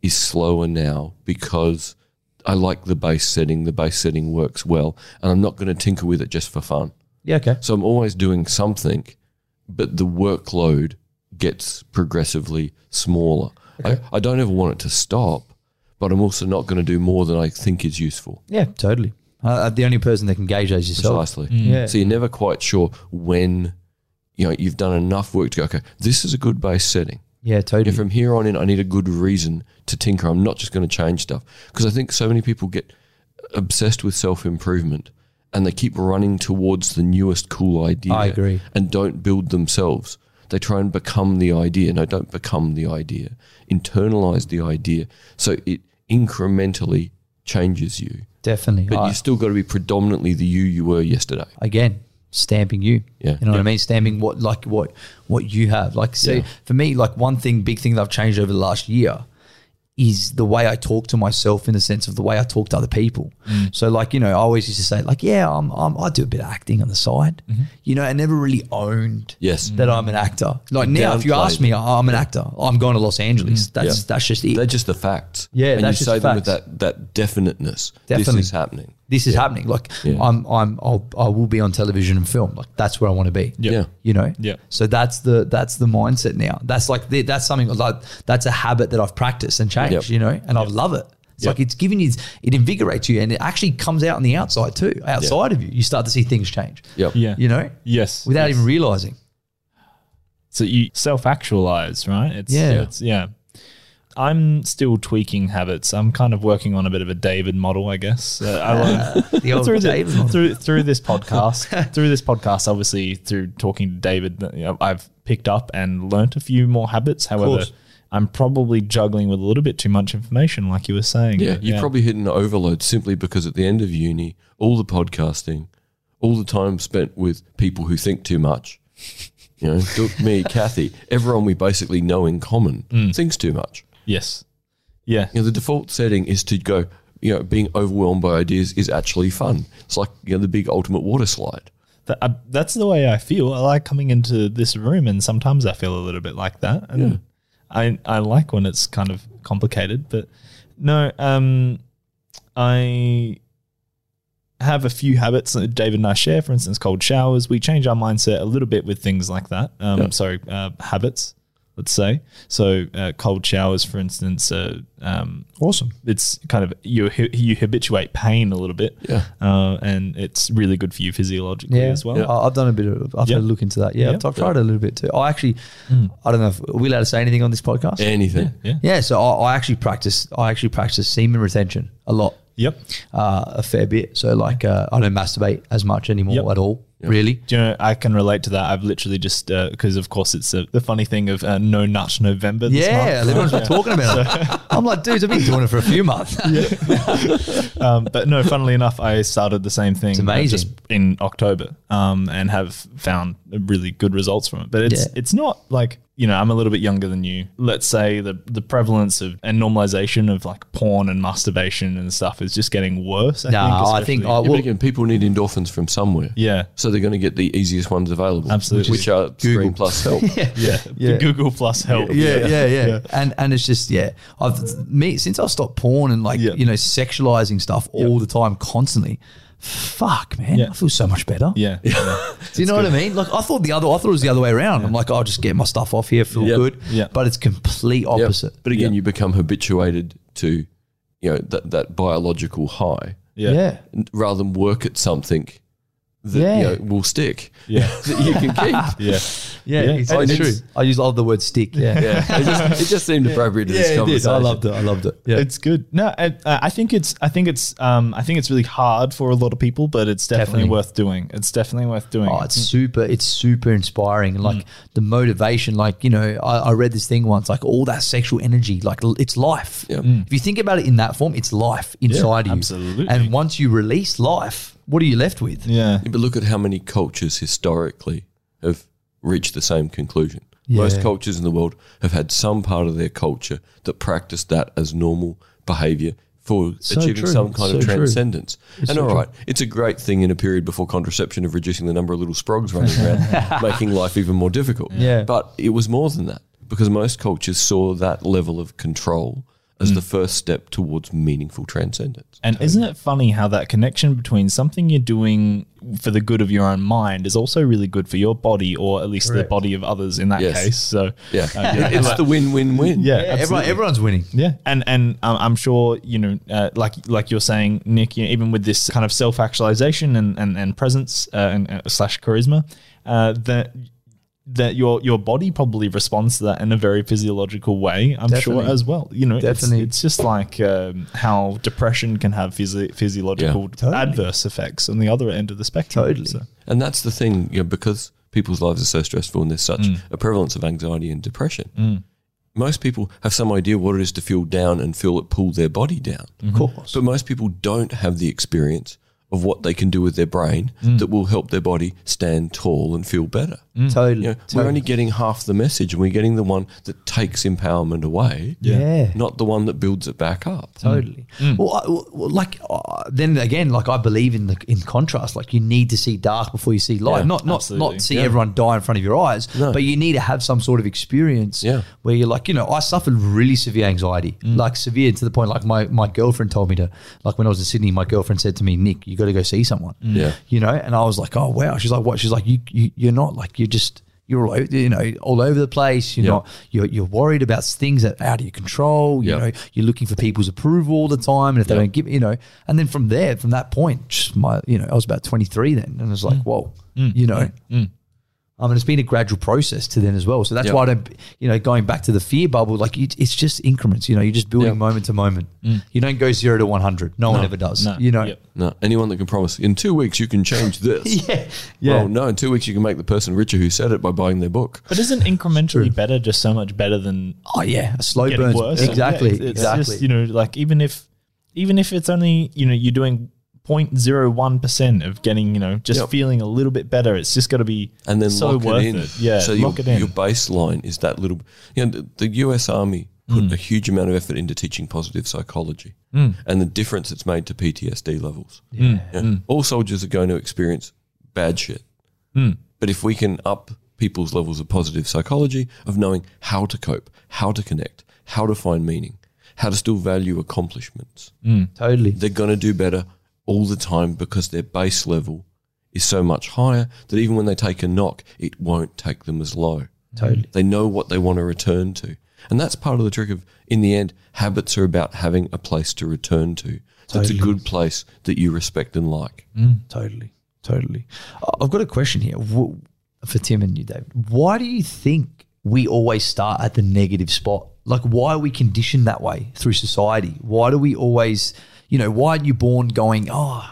Speaker 1: is slower now because I like the base setting. The base setting works well, and I'm not going to tinker with it just for fun.
Speaker 3: yeah, okay,
Speaker 1: So I'm always doing something, but the workload gets progressively smaller. I, I don't ever want it to stop, but I'm also not going to do more than I think is useful.
Speaker 3: yeah, totally. Uh, the only person that can gauge that is yourself.
Speaker 1: Precisely.
Speaker 3: Yeah.
Speaker 1: So you're never quite sure when you know you've done enough work to go. Okay, this is a good base setting.
Speaker 3: Yeah,
Speaker 1: Yeah,
Speaker 3: totally.
Speaker 1: from here on in, I need a good reason to tinker. I'm not just going to change stuff because I think so many people get obsessed with self improvement and they keep running towards the newest cool idea.
Speaker 3: I agree.
Speaker 1: And don't build themselves. They try and become the idea. No, don't become the idea. Internalize the idea so it incrementally changes you.
Speaker 3: Definitely.
Speaker 1: But
Speaker 3: I-
Speaker 1: you still got to be predominantly the you you were yesterday.
Speaker 3: again stamping you
Speaker 1: Yeah.
Speaker 3: you know what i mean stamping what like what what you have like so
Speaker 1: Yeah.
Speaker 3: for me like one thing big thing that i've changed over the last year is the way I talk to myself in the sense of the way I talk to other people.
Speaker 1: Mm.
Speaker 3: So like, you know, I always used to say like, yeah, I'm, I'm I do a bit of acting on the side, you know, I never really owned
Speaker 1: Mm-hmm. Yes.
Speaker 3: that I'm an actor. Like now, if you
Speaker 1: Downplayed Mm.
Speaker 3: ask me, I'm an actor. I'm going to Los Angeles. That's
Speaker 1: Yeah.
Speaker 3: that's just it.
Speaker 1: They're just the facts.
Speaker 3: Yeah,
Speaker 1: and
Speaker 3: that's
Speaker 1: you
Speaker 3: just
Speaker 1: say
Speaker 3: the
Speaker 1: them with
Speaker 3: facts.
Speaker 1: that that definiteness.
Speaker 3: Definitely.
Speaker 1: This is happening.
Speaker 3: this is happening. Like
Speaker 1: Yeah.
Speaker 3: I'm, I'm, I'll, I will be on television and film. Like that's where I want to be.
Speaker 1: Yeah.
Speaker 3: You know.
Speaker 2: Yeah.
Speaker 3: So that's the that's the mindset now. That's like the, that's something like that's a habit that I've practiced and changed.
Speaker 1: Yep.
Speaker 3: You know, and I love it. It's like it's giving you, it invigorates you, and it actually comes out on the outside too. Outside of you, you start to see things change.
Speaker 1: Yep.
Speaker 2: Yeah.
Speaker 3: You know,
Speaker 2: Yes.
Speaker 3: without
Speaker 2: yes.
Speaker 3: even realizing.
Speaker 2: so you self actualize, right? It's,
Speaker 3: Yeah.
Speaker 2: It's, yeah. I'm still tweaking habits. I'm kind of working on a bit of a David model, I guess. Uh, I love
Speaker 3: The old
Speaker 2: through, the-
Speaker 3: Ah. David model.
Speaker 2: through through this podcast, through this podcast, obviously through talking to David, that, you know, I've picked up and learnt a few more habits. However,
Speaker 3: course.
Speaker 2: I'm probably juggling with a little bit too much information, like you were saying.
Speaker 1: Yeah, you
Speaker 2: probably.
Speaker 1: probably hit an overload simply because at the end of uni, all the podcasting, all the time spent with people who think too much, you know, Duke, me, Kathy, everyone we basically know in common thinks too much.
Speaker 2: Yes. Yeah.
Speaker 1: You know, the default setting is to go, you know, being overwhelmed by ideas is actually fun. It's like, you know, the big ultimate water slide.
Speaker 2: Th- I, that's the way I feel. I like coming into this room, and sometimes I feel a little bit like that. And I, I like when it's kind of complicated, but no, um, I have a few habits that David and I share, for instance, cold showers. We change our mindset a little bit with things like that. Um, Sorry, uh, habits, let's say. So, uh, cold showers, for instance, uh, um,
Speaker 3: Awesome.
Speaker 2: it's kind of you you habituate pain a little bit,
Speaker 1: Yeah.
Speaker 2: uh, and it's really good for you physiologically as well.
Speaker 3: I- I've done a bit of, I've
Speaker 2: Yeah.
Speaker 3: had a look into that. Yeah,
Speaker 2: Yeah. Hmm.
Speaker 3: I've tried a little bit too. I actually, I don't know if, are we allowed to say anything on this podcast?
Speaker 1: Anything.
Speaker 2: Yeah.
Speaker 3: Yeah, so I, I actually practice. I actually practice semen retention a lot,
Speaker 2: Yep.
Speaker 3: uh, a fair bit. So like, uh, I don't masturbate as much anymore
Speaker 2: Yep.
Speaker 3: at all. Really,
Speaker 2: Do you know, I can relate to that. I've literally just, because of course it's uh, the funny thing of uh, no nut November. This
Speaker 3: yeah,
Speaker 2: month.
Speaker 3: everyone's been talking about it. I'm like, dudes, I've been doing it for a few months.
Speaker 2: um, but no, funnily enough, I started the same thing uh,
Speaker 3: amazing.
Speaker 2: just in October um, and have found really good results from it. But it's
Speaker 3: Yeah.
Speaker 2: it's not like you know I'm a little bit younger than you. Let's say the the prevalence of and normalization of like porn and masturbation and stuff is just getting worse. I
Speaker 3: Nah,
Speaker 2: think,
Speaker 3: I think
Speaker 2: especially-
Speaker 3: I
Speaker 1: Yeah,
Speaker 3: will.
Speaker 1: but again, people need endorphins from somewhere.
Speaker 2: yeah.
Speaker 1: So they're going to get the easiest ones available.
Speaker 2: Absolutely.
Speaker 1: Which are Google Plus help.
Speaker 2: Yeah,
Speaker 3: Yeah.
Speaker 2: The Google Plus help.
Speaker 3: Yeah, yeah, yeah, And and it's just yeah, I've me since I stopped porn and like
Speaker 2: Yeah.
Speaker 3: you know sexualizing stuff all the time, constantly. Fuck, man,
Speaker 2: Yeah.
Speaker 3: I feel so much better.
Speaker 2: yeah. yeah.
Speaker 3: Do you know what I mean? Like I thought the other, I thought it was the other way around. I'm like, I'll just get my stuff off here, feel
Speaker 1: Yeah.
Speaker 3: good.
Speaker 2: Yeah.
Speaker 3: But it's complete
Speaker 1: Yep.
Speaker 3: opposite.
Speaker 1: But again, you become habituated to, you know, that, that biological high
Speaker 2: Yeah.
Speaker 1: n- rather than work at something that
Speaker 3: Yeah.
Speaker 1: you know, will stick
Speaker 2: Yeah.
Speaker 1: that you can keep.
Speaker 2: Yeah.
Speaker 3: yeah,
Speaker 2: Yeah,
Speaker 3: It's,
Speaker 2: and
Speaker 3: it's
Speaker 1: it's-
Speaker 3: true. I use I love the word stick. Yeah,
Speaker 1: Yeah, Oh, it just, it just seemed appropriate to
Speaker 3: Yeah,
Speaker 1: this
Speaker 3: it is.
Speaker 1: conversation.
Speaker 3: I loved it. I loved it. Yeah,
Speaker 2: It's good. No, I, I think it's I think it's um I think it's really hard for a lot of people, but it's definitely,
Speaker 3: Definitely.
Speaker 2: worth doing. It's definitely worth doing.
Speaker 3: Oh, it's super. It's super inspiring, and like
Speaker 1: Mm.
Speaker 3: the motivation. Like you know, I, I read this thing once. Like all that sexual energy. Like l- it's life.
Speaker 1: Yeah. Mm.
Speaker 3: If you think about it in that form, it's life inside you.
Speaker 2: absolutely.
Speaker 3: And once you release life, what are you left with?
Speaker 2: yeah.
Speaker 1: Yeah, But look at how many cultures historically have reached the same conclusion. Most
Speaker 3: Yeah.
Speaker 1: cultures in the world have had some part of their culture that practiced that as normal behavior for
Speaker 3: So
Speaker 1: achieving
Speaker 3: true.
Speaker 1: some kind
Speaker 3: So
Speaker 1: of
Speaker 3: true.
Speaker 1: transcendence. and
Speaker 3: so
Speaker 1: all right, it's a great thing in a period before contraception of reducing the number of little sprogs running around, making life even more difficult.
Speaker 3: Yeah.
Speaker 1: But it was more than that because most cultures saw that level of control as
Speaker 3: Mm.
Speaker 1: the first step towards meaningful transcendence.
Speaker 2: And isn't it funny how that connection between something you're doing for the good of your own mind is also really good for your body, or at least the
Speaker 3: Correct.
Speaker 2: body of others in that
Speaker 1: Yes.
Speaker 2: case? So
Speaker 1: Yeah.
Speaker 2: uh, yeah,
Speaker 1: It's
Speaker 2: like-
Speaker 1: the win win win.
Speaker 2: yeah,
Speaker 3: Yeah,
Speaker 2: absolutely.
Speaker 3: everyone, everyone's winning.
Speaker 2: Yeah, and and um, I'm sure you know, uh, like like you're saying, Nick, you know, even with this kind of self actualization and and and presence uh, and uh, slash charisma, uh, that that your your body probably responds to that in a very physiological way. I'm sure
Speaker 3: Definitely.
Speaker 2: as well. You know, it's-
Speaker 3: Definitely.
Speaker 2: It's, just like um, how depression can have physi- physiological
Speaker 3: Totally.
Speaker 2: adverse effects on the other end of the spectrum.
Speaker 3: Totally.
Speaker 2: So-
Speaker 1: And that's the thing, you know, because people's lives are so stressful and there's such
Speaker 3: Mm.
Speaker 1: a prevalence of anxiety and depression. Most people have some idea what it is to feel down and feel it pull their body down.
Speaker 3: Of course.
Speaker 1: But most people don't have the
Speaker 3: Mm.
Speaker 1: experience of what they can do with their brain that will help their body stand tall and feel better.
Speaker 3: Totally.
Speaker 1: You know, we're only getting half the message, and we're getting the one that takes empowerment away,
Speaker 3: yeah.
Speaker 1: not the one that builds it back up.
Speaker 3: Totally.
Speaker 1: Mm.
Speaker 3: Well, I, well, like uh, then again, like I believe in the in contrast. Like you need to see dark before you see light.
Speaker 1: Yeah,
Speaker 3: not not
Speaker 2: absolutely.
Speaker 3: not see everyone die in front of your eyes, but you need to have some sort of experience
Speaker 1: Yeah. Mm.
Speaker 3: where you're like, you know, I suffered really severe anxiety, like severe to the point like my my girlfriend told me to, like when I was in Sydney, my girlfriend said to me, Nick, you got to go see someone.
Speaker 1: Mm. Yeah.
Speaker 3: You know, and I was like, oh wow. She's like, what? She's like, you, you you're not like you're just. You're all over, you know, all over the place. You're
Speaker 1: Yeah.
Speaker 3: not. You're, you're worried about things that are out of your control. You
Speaker 1: Yeah.
Speaker 3: know, you're looking for people's approval all the time, and if they
Speaker 1: Yeah.
Speaker 3: don't give, you know, and then from there, from that point, just my, you know, I was about 23 then, and it's like,
Speaker 2: Mm.
Speaker 3: whoa, you know, I mean, it's been a gradual process to then as well. So that's
Speaker 1: Yeah.
Speaker 3: why I don't, you know, going back to the fear bubble, like it, it's just increments. You know, you're just building
Speaker 1: Yeah.
Speaker 3: moment to moment. You don't go zero to 100. No, one ever does.
Speaker 2: Mm. No.
Speaker 3: You know,
Speaker 2: Yep.
Speaker 1: No, anyone that can promise in two weeks you can change this.
Speaker 3: yeah, yeah.
Speaker 1: Well, Oh, no, in two weeks you can make the person richer who said it by buying their book.
Speaker 2: But isn't incrementally better just so much better than
Speaker 3: oh yeah, a slow
Speaker 2: getting
Speaker 3: burn.
Speaker 2: worse?
Speaker 3: Exactly,
Speaker 2: Yeah, it's- it's
Speaker 3: exactly.
Speaker 2: Just, you know, like even if even if it's only you know you're doing 0.01 percent of getting you know just
Speaker 1: Yep.
Speaker 2: feeling a little bit better, it's just got to be
Speaker 1: and then
Speaker 2: so
Speaker 1: lock
Speaker 2: worth
Speaker 1: it in.
Speaker 2: Yeah,
Speaker 1: so
Speaker 2: lock
Speaker 1: your,
Speaker 2: it in.
Speaker 1: your baseline is that little. You know, the, the U.S. Army put
Speaker 2: Hmm.
Speaker 1: a huge amount of effort into teaching positive psychology, and the difference it's made to PTSD levels.
Speaker 2: Hmm.
Speaker 1: You know, All soldiers are going to experience bad shit,
Speaker 2: Hmm.
Speaker 1: but if we can up people's levels of positive psychology of knowing how to cope, how to connect, how to find meaning, how to still value accomplishments,
Speaker 3: totally.
Speaker 1: they're going to do better all the time because their base level is so much higher that even when they take a knock, it won't take them as low.
Speaker 3: Totally.
Speaker 1: They know what they want to return to. And that's part of the trick of, in the end, habits are about having a place to return to. That's a good place that you respect and like.
Speaker 3: Totally, totally. I- I've got a question here Wh- for Tim and you, David. Why do you think we always start at the negative spot? Like, why are we conditioned that way through society? Why do we always, you know, why are you born going, oh,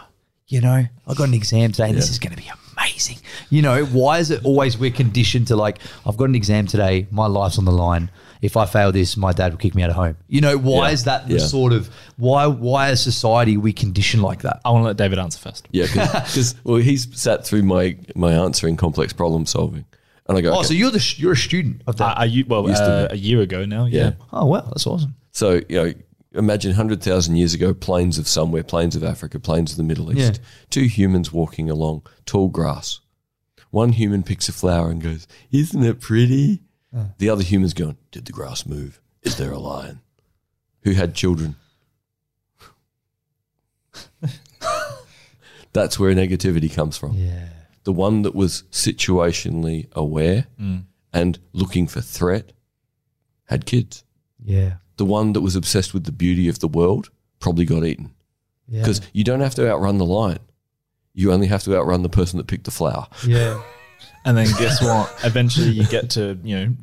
Speaker 3: you know, I got an exam today and this is going to be amazing? You know, why is it always we're conditioned to like, I've got an exam today, my life's on the line. If I fail this, my dad will kick me out of home. You know, why
Speaker 1: Yeah.
Speaker 3: is that the
Speaker 1: Yeah.
Speaker 3: sort of why? Why is society we condition like that?
Speaker 2: I want to let David answer first.
Speaker 1: Yeah, because well, he's sat through my my answering complex problem solving, and I go,
Speaker 3: Oh,
Speaker 1: okay.
Speaker 3: so you're the sh- you're a student of that?
Speaker 2: Are, are you well
Speaker 1: Used to
Speaker 2: uh, a year ago now? Yeah.
Speaker 1: yeah.
Speaker 3: oh wow, that's awesome.
Speaker 1: So, you know, imagine 100,000 years ago, plains of somewhere, plains of Africa, plains of the Middle East,
Speaker 3: Yeah.
Speaker 1: two humans walking along tall grass. One human picks a flower and goes, Isn't it pretty?
Speaker 3: Ah.
Speaker 1: The other human's going, Did the grass move? Is there a lion? Who had children? That's where negativity comes from
Speaker 3: Yeah,
Speaker 1: the one that was situationally aware
Speaker 3: Mm.
Speaker 1: and looking for threat had kids.
Speaker 3: yeah,
Speaker 1: The one that was obsessed with the beauty of the world probably got eaten
Speaker 3: yeah.
Speaker 1: because you don't have to outrun the lion. You only have to outrun the person that picked the flower.
Speaker 3: yeah,
Speaker 2: And then guess what? Eventually you get to, you know,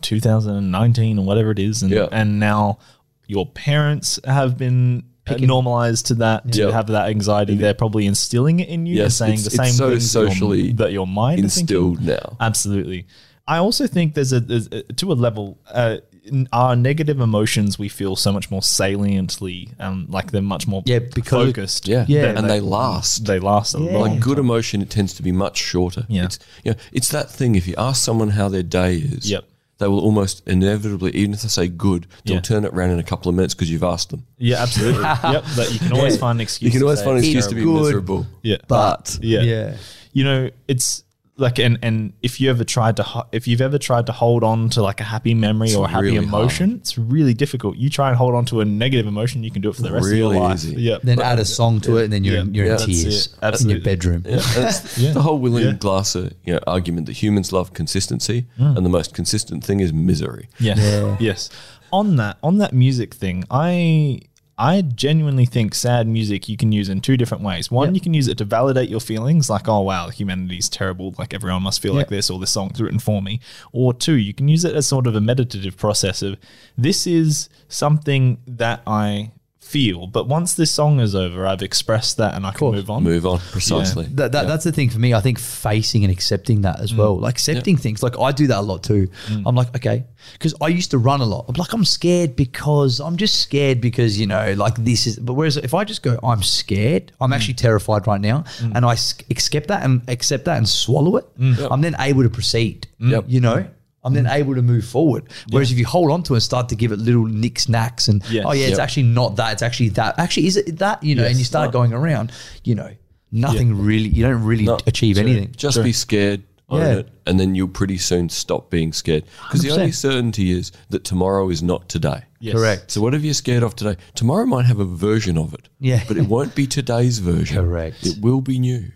Speaker 2: 2019 or whatever it is. And,
Speaker 1: Yeah.
Speaker 2: and now your parents have been uh, normalized to that, to
Speaker 1: Yeah.
Speaker 2: have that anxiety. They're probably instilling it in you. They're
Speaker 1: Yes,
Speaker 2: saying
Speaker 1: it's-
Speaker 2: the
Speaker 1: it's
Speaker 2: same
Speaker 1: so
Speaker 2: things that your-
Speaker 1: socially
Speaker 2: that your mind is thinking.
Speaker 1: Instilled now.
Speaker 2: Absolutely. I also think there's a, there's a to a level, uh, n- our negative emotions we feel so much more saliently, um, like they're much more
Speaker 3: Yeah, because-
Speaker 2: focused.
Speaker 1: Yeah.
Speaker 3: Yeah.
Speaker 1: And they last.
Speaker 2: They last a long
Speaker 1: Like good emotion, it tends to be much shorter.
Speaker 2: Yeah.
Speaker 1: It's, you know, it's that thing if you ask someone how their day is,
Speaker 2: Yep.
Speaker 1: they will almost inevitably, even if they say good, they'll
Speaker 2: Yeah.
Speaker 1: turn it around in a couple of minutes because you've asked them.
Speaker 2: Yeah, absolutely. yep. But you can always find an excuse.
Speaker 1: You can
Speaker 2: to
Speaker 1: always
Speaker 2: say
Speaker 1: find an
Speaker 2: it's
Speaker 1: excuse to
Speaker 2: terrible.
Speaker 1: be
Speaker 3: Good.
Speaker 1: miserable.
Speaker 2: Yeah.
Speaker 3: but
Speaker 2: Yeah.
Speaker 3: yeah,
Speaker 2: you know, it's like and and if you ever tried to ho- if you've ever tried to hold on to like a happy memory or a happy
Speaker 1: really
Speaker 2: emotion, it's really difficult. You try and hold on to a negative emotion, you can do it for the rest of
Speaker 1: Really
Speaker 2: your life.
Speaker 1: easy.
Speaker 2: Yeah.
Speaker 3: then add a song to it, and then you're in,
Speaker 2: Yeah.
Speaker 3: you're
Speaker 1: Yeah.
Speaker 3: in
Speaker 1: That's
Speaker 2: it.
Speaker 3: tears in your
Speaker 2: Absolutely.
Speaker 3: bedroom.
Speaker 1: Yeah, that's the whole William Glasser you know, argument that humans love consistency,
Speaker 3: Mm.
Speaker 1: and the most consistent thing is misery.
Speaker 2: Yes. Yes. On that on that music thing, I I genuinely think sad music you can use in two different ways. One, you can use it to validate your feelings, like, oh wow, humanity's terrible, like everyone must feel like this, or this song's written for me. Or two, you can use it as sort of a meditative process of this is something that I feel. But once this song is over, I've expressed that and I can
Speaker 3: course.
Speaker 2: move on.
Speaker 1: Move on, precisely.
Speaker 3: That, that, That's the thing for me. I think facing and accepting that as well, like accepting things. Like I do that a lot too. I'm like, okay, because I used to run a lot. I'm like, I'm scared because I'm just scared because you know, like this is. But whereas if I just go, I'm scared. I'm actually terrified right now, and I s- accept that and accept that and swallow it. I'm then able to proceed.
Speaker 1: Yep.
Speaker 3: You know. I'm then able to move forward. Whereas if you hold on to it and start to give it little nicks, knacks, and
Speaker 2: Yes.
Speaker 3: oh yeah, it's
Speaker 1: Yep.
Speaker 3: actually not that. It's actually that. Actually, is it that? You know, and
Speaker 2: Yes.
Speaker 3: you start going around. You know, nothing really. You don't really
Speaker 1: No,
Speaker 3: achieve
Speaker 1: true.
Speaker 3: anything.
Speaker 1: Just be scared, own
Speaker 3: Yeah.
Speaker 1: it, and then you'll pretty soon stop being scared. Because the
Speaker 3: 100%.
Speaker 1: only certainty is that tomorrow is not today.
Speaker 2: Yes.
Speaker 3: Correct.
Speaker 1: So whatever you're scared of today, tomorrow might have a version of it.
Speaker 3: Yeah.
Speaker 1: But it won't be today's version.
Speaker 3: Correct.
Speaker 1: It will be new.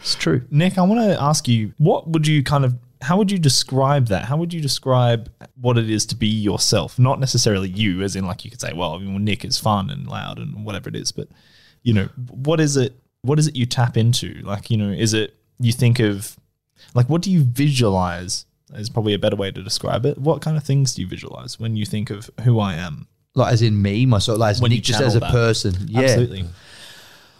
Speaker 3: It's true.
Speaker 2: Nick, I want to ask you, what would you kind of, how would you describe that? How would you describe what it is to be yourself? Not necessarily you, as in like you could say, well, I mean, well, Nick is fun and loud and whatever it is, but you know, what is it? What is it you tap into? Like, you know, is it you think of, like, what do you visualize? Is probably a better way to describe it. What kind of things do you visualize when you think of who I am?
Speaker 3: Like as in me, myself, like as
Speaker 2: When you
Speaker 3: Nick, just as a
Speaker 2: channel that.
Speaker 3: person. Yeah.
Speaker 2: Absolutely.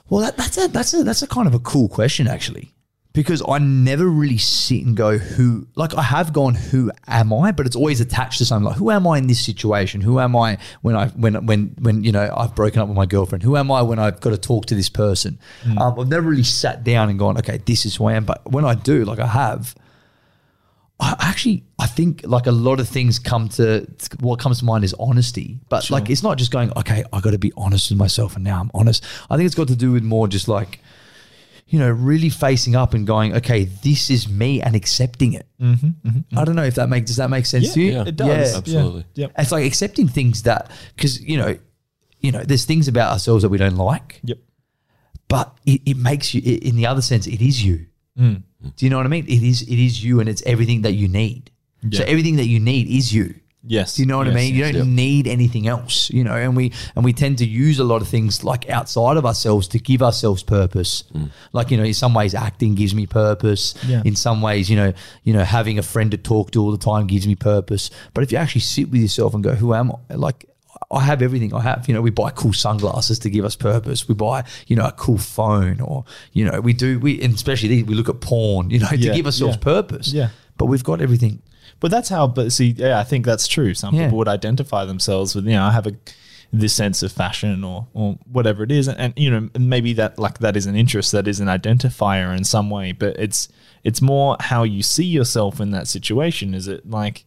Speaker 3: Well, that, that's a that's a that's a kind of a cool question actually, because I never really sit and go who like I have gone who am I, but it's always attached to something like who am I in this situation? Who am I when I when when when you know I've broken up with my girlfriend? Who am I when I've got to talk to this person? Um, I've never really sat down and gone okay, this is who I am. But when I do, like I have. I actually, I think like a lot of things come to what comes to mind is honesty, but like it's not just going, okay, I got to be honest with myself and now I'm honest. I think it's got to do with more just like, you know, really facing up and going, okay, this is me and accepting it. Mm-hmm, I don't know if that makes, does that make sense to you?
Speaker 1: yeah.
Speaker 2: It does.
Speaker 3: Yeah.
Speaker 1: Absolutely.
Speaker 2: Yeah. Yep.
Speaker 3: It's like accepting things that, cause you know, you know, there's things about ourselves that we don't like,
Speaker 2: Yep.
Speaker 3: but it, it makes you, i in the other sense, it is you. Do you know what I mean? It is, it is you and it's everything that you need.
Speaker 2: Yeah.
Speaker 3: So everything that you need is you.
Speaker 2: Yes.
Speaker 3: Do you know what I
Speaker 2: Yes,
Speaker 3: mean? You
Speaker 2: yes, yep.
Speaker 3: don't need anything else, you know. And we and we tend to use a lot of things like outside of ourselves to give ourselves purpose. Like you know, in some ways, acting gives me purpose.
Speaker 2: Mm. Yeah.
Speaker 3: In some ways, you know, you know, having a friend to talk to all the time gives me purpose. But if you actually sit with yourself and go, "Who am I?" Like. I have everything I have. You know, we buy cool sunglasses to give us purpose. We buy, you know, a cool phone or, you know, we do, we, and especially these, we look at porn, you know,
Speaker 2: Yeah,
Speaker 3: to give ourselves
Speaker 2: yeah.
Speaker 3: purpose.
Speaker 2: Yeah.
Speaker 3: But we've got everything.
Speaker 2: But that's how. But see, yeah, I think that's true. Some
Speaker 3: Yeah.
Speaker 2: people would identify themselves with, you know, I have a this sense of fashion or or whatever it is, and, and you know, maybe that like that is an interest, that is an identifier in some way. But it's it's more how you see yourself in that situation. Is it like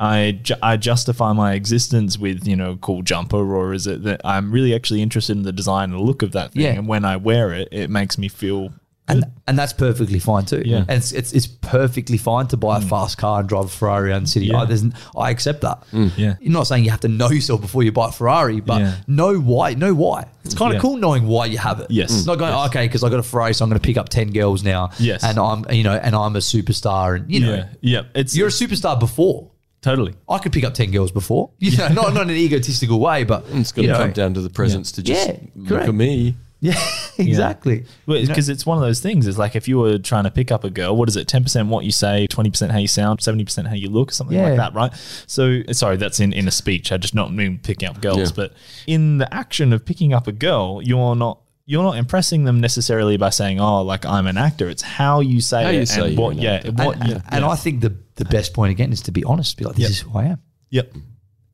Speaker 2: I, ju- I justify my existence with you know cool jumper, or is it that I'm really actually interested in the design and look of that thing,
Speaker 3: Yeah.
Speaker 2: and when I wear it, it makes me feel
Speaker 3: and and that's perfectly fine too.
Speaker 2: Yeah. Mm.
Speaker 3: and it's, it's it's perfectly fine to buy a fast car and drive a Ferrari around the city.
Speaker 2: Yeah.
Speaker 3: I, there's, n- I accept that.
Speaker 1: Mm.
Speaker 2: Yeah.
Speaker 3: you're not saying you have to know yourself before you buy a Ferrari, but
Speaker 2: Yeah.
Speaker 3: know why. Know why. It's kind of
Speaker 2: Yeah.
Speaker 3: cool knowing why you have it.
Speaker 2: Yes. Mm.
Speaker 3: not going "Oh, okay because I got a Ferrari, so I'm going to pick up ten girls now.
Speaker 2: Yes.
Speaker 3: and I'm you know and I'm a superstar, and you know
Speaker 2: yeah yeah it's
Speaker 3: you're a superstar before.
Speaker 2: totally
Speaker 3: I could pick up ten girls before, you know, not not in an egotistical way, but
Speaker 1: It's going
Speaker 3: you
Speaker 1: to
Speaker 3: know,
Speaker 1: come down to the presence to just
Speaker 3: Yeah,
Speaker 1: look
Speaker 3: correct.
Speaker 1: at me.
Speaker 3: Yeah, exactly.
Speaker 2: Well,
Speaker 3: You know?
Speaker 2: because it's one of those things. It's like if you were trying to pick up a girl, what is it? Ten percent what you say, twenty percent how you sound, seventy percent how you look, something
Speaker 3: Yeah.
Speaker 2: like that, right? So sorry, that's in in a speech. I just not mean picking up girls,
Speaker 1: Yeah.
Speaker 2: but in the action of picking up a girl, you're not. You're not impressing them necessarily by saying, "Oh, like I'm an actor." It's how you say
Speaker 1: How
Speaker 2: it
Speaker 1: you
Speaker 2: and
Speaker 1: say you're
Speaker 2: what,
Speaker 1: an
Speaker 2: yeah,
Speaker 1: actor.
Speaker 2: what,
Speaker 3: and,
Speaker 2: you-
Speaker 3: and
Speaker 2: yeah.
Speaker 3: I think the the best point again is to be honest, be like, this
Speaker 2: Yep.
Speaker 3: is who I am.
Speaker 2: yep,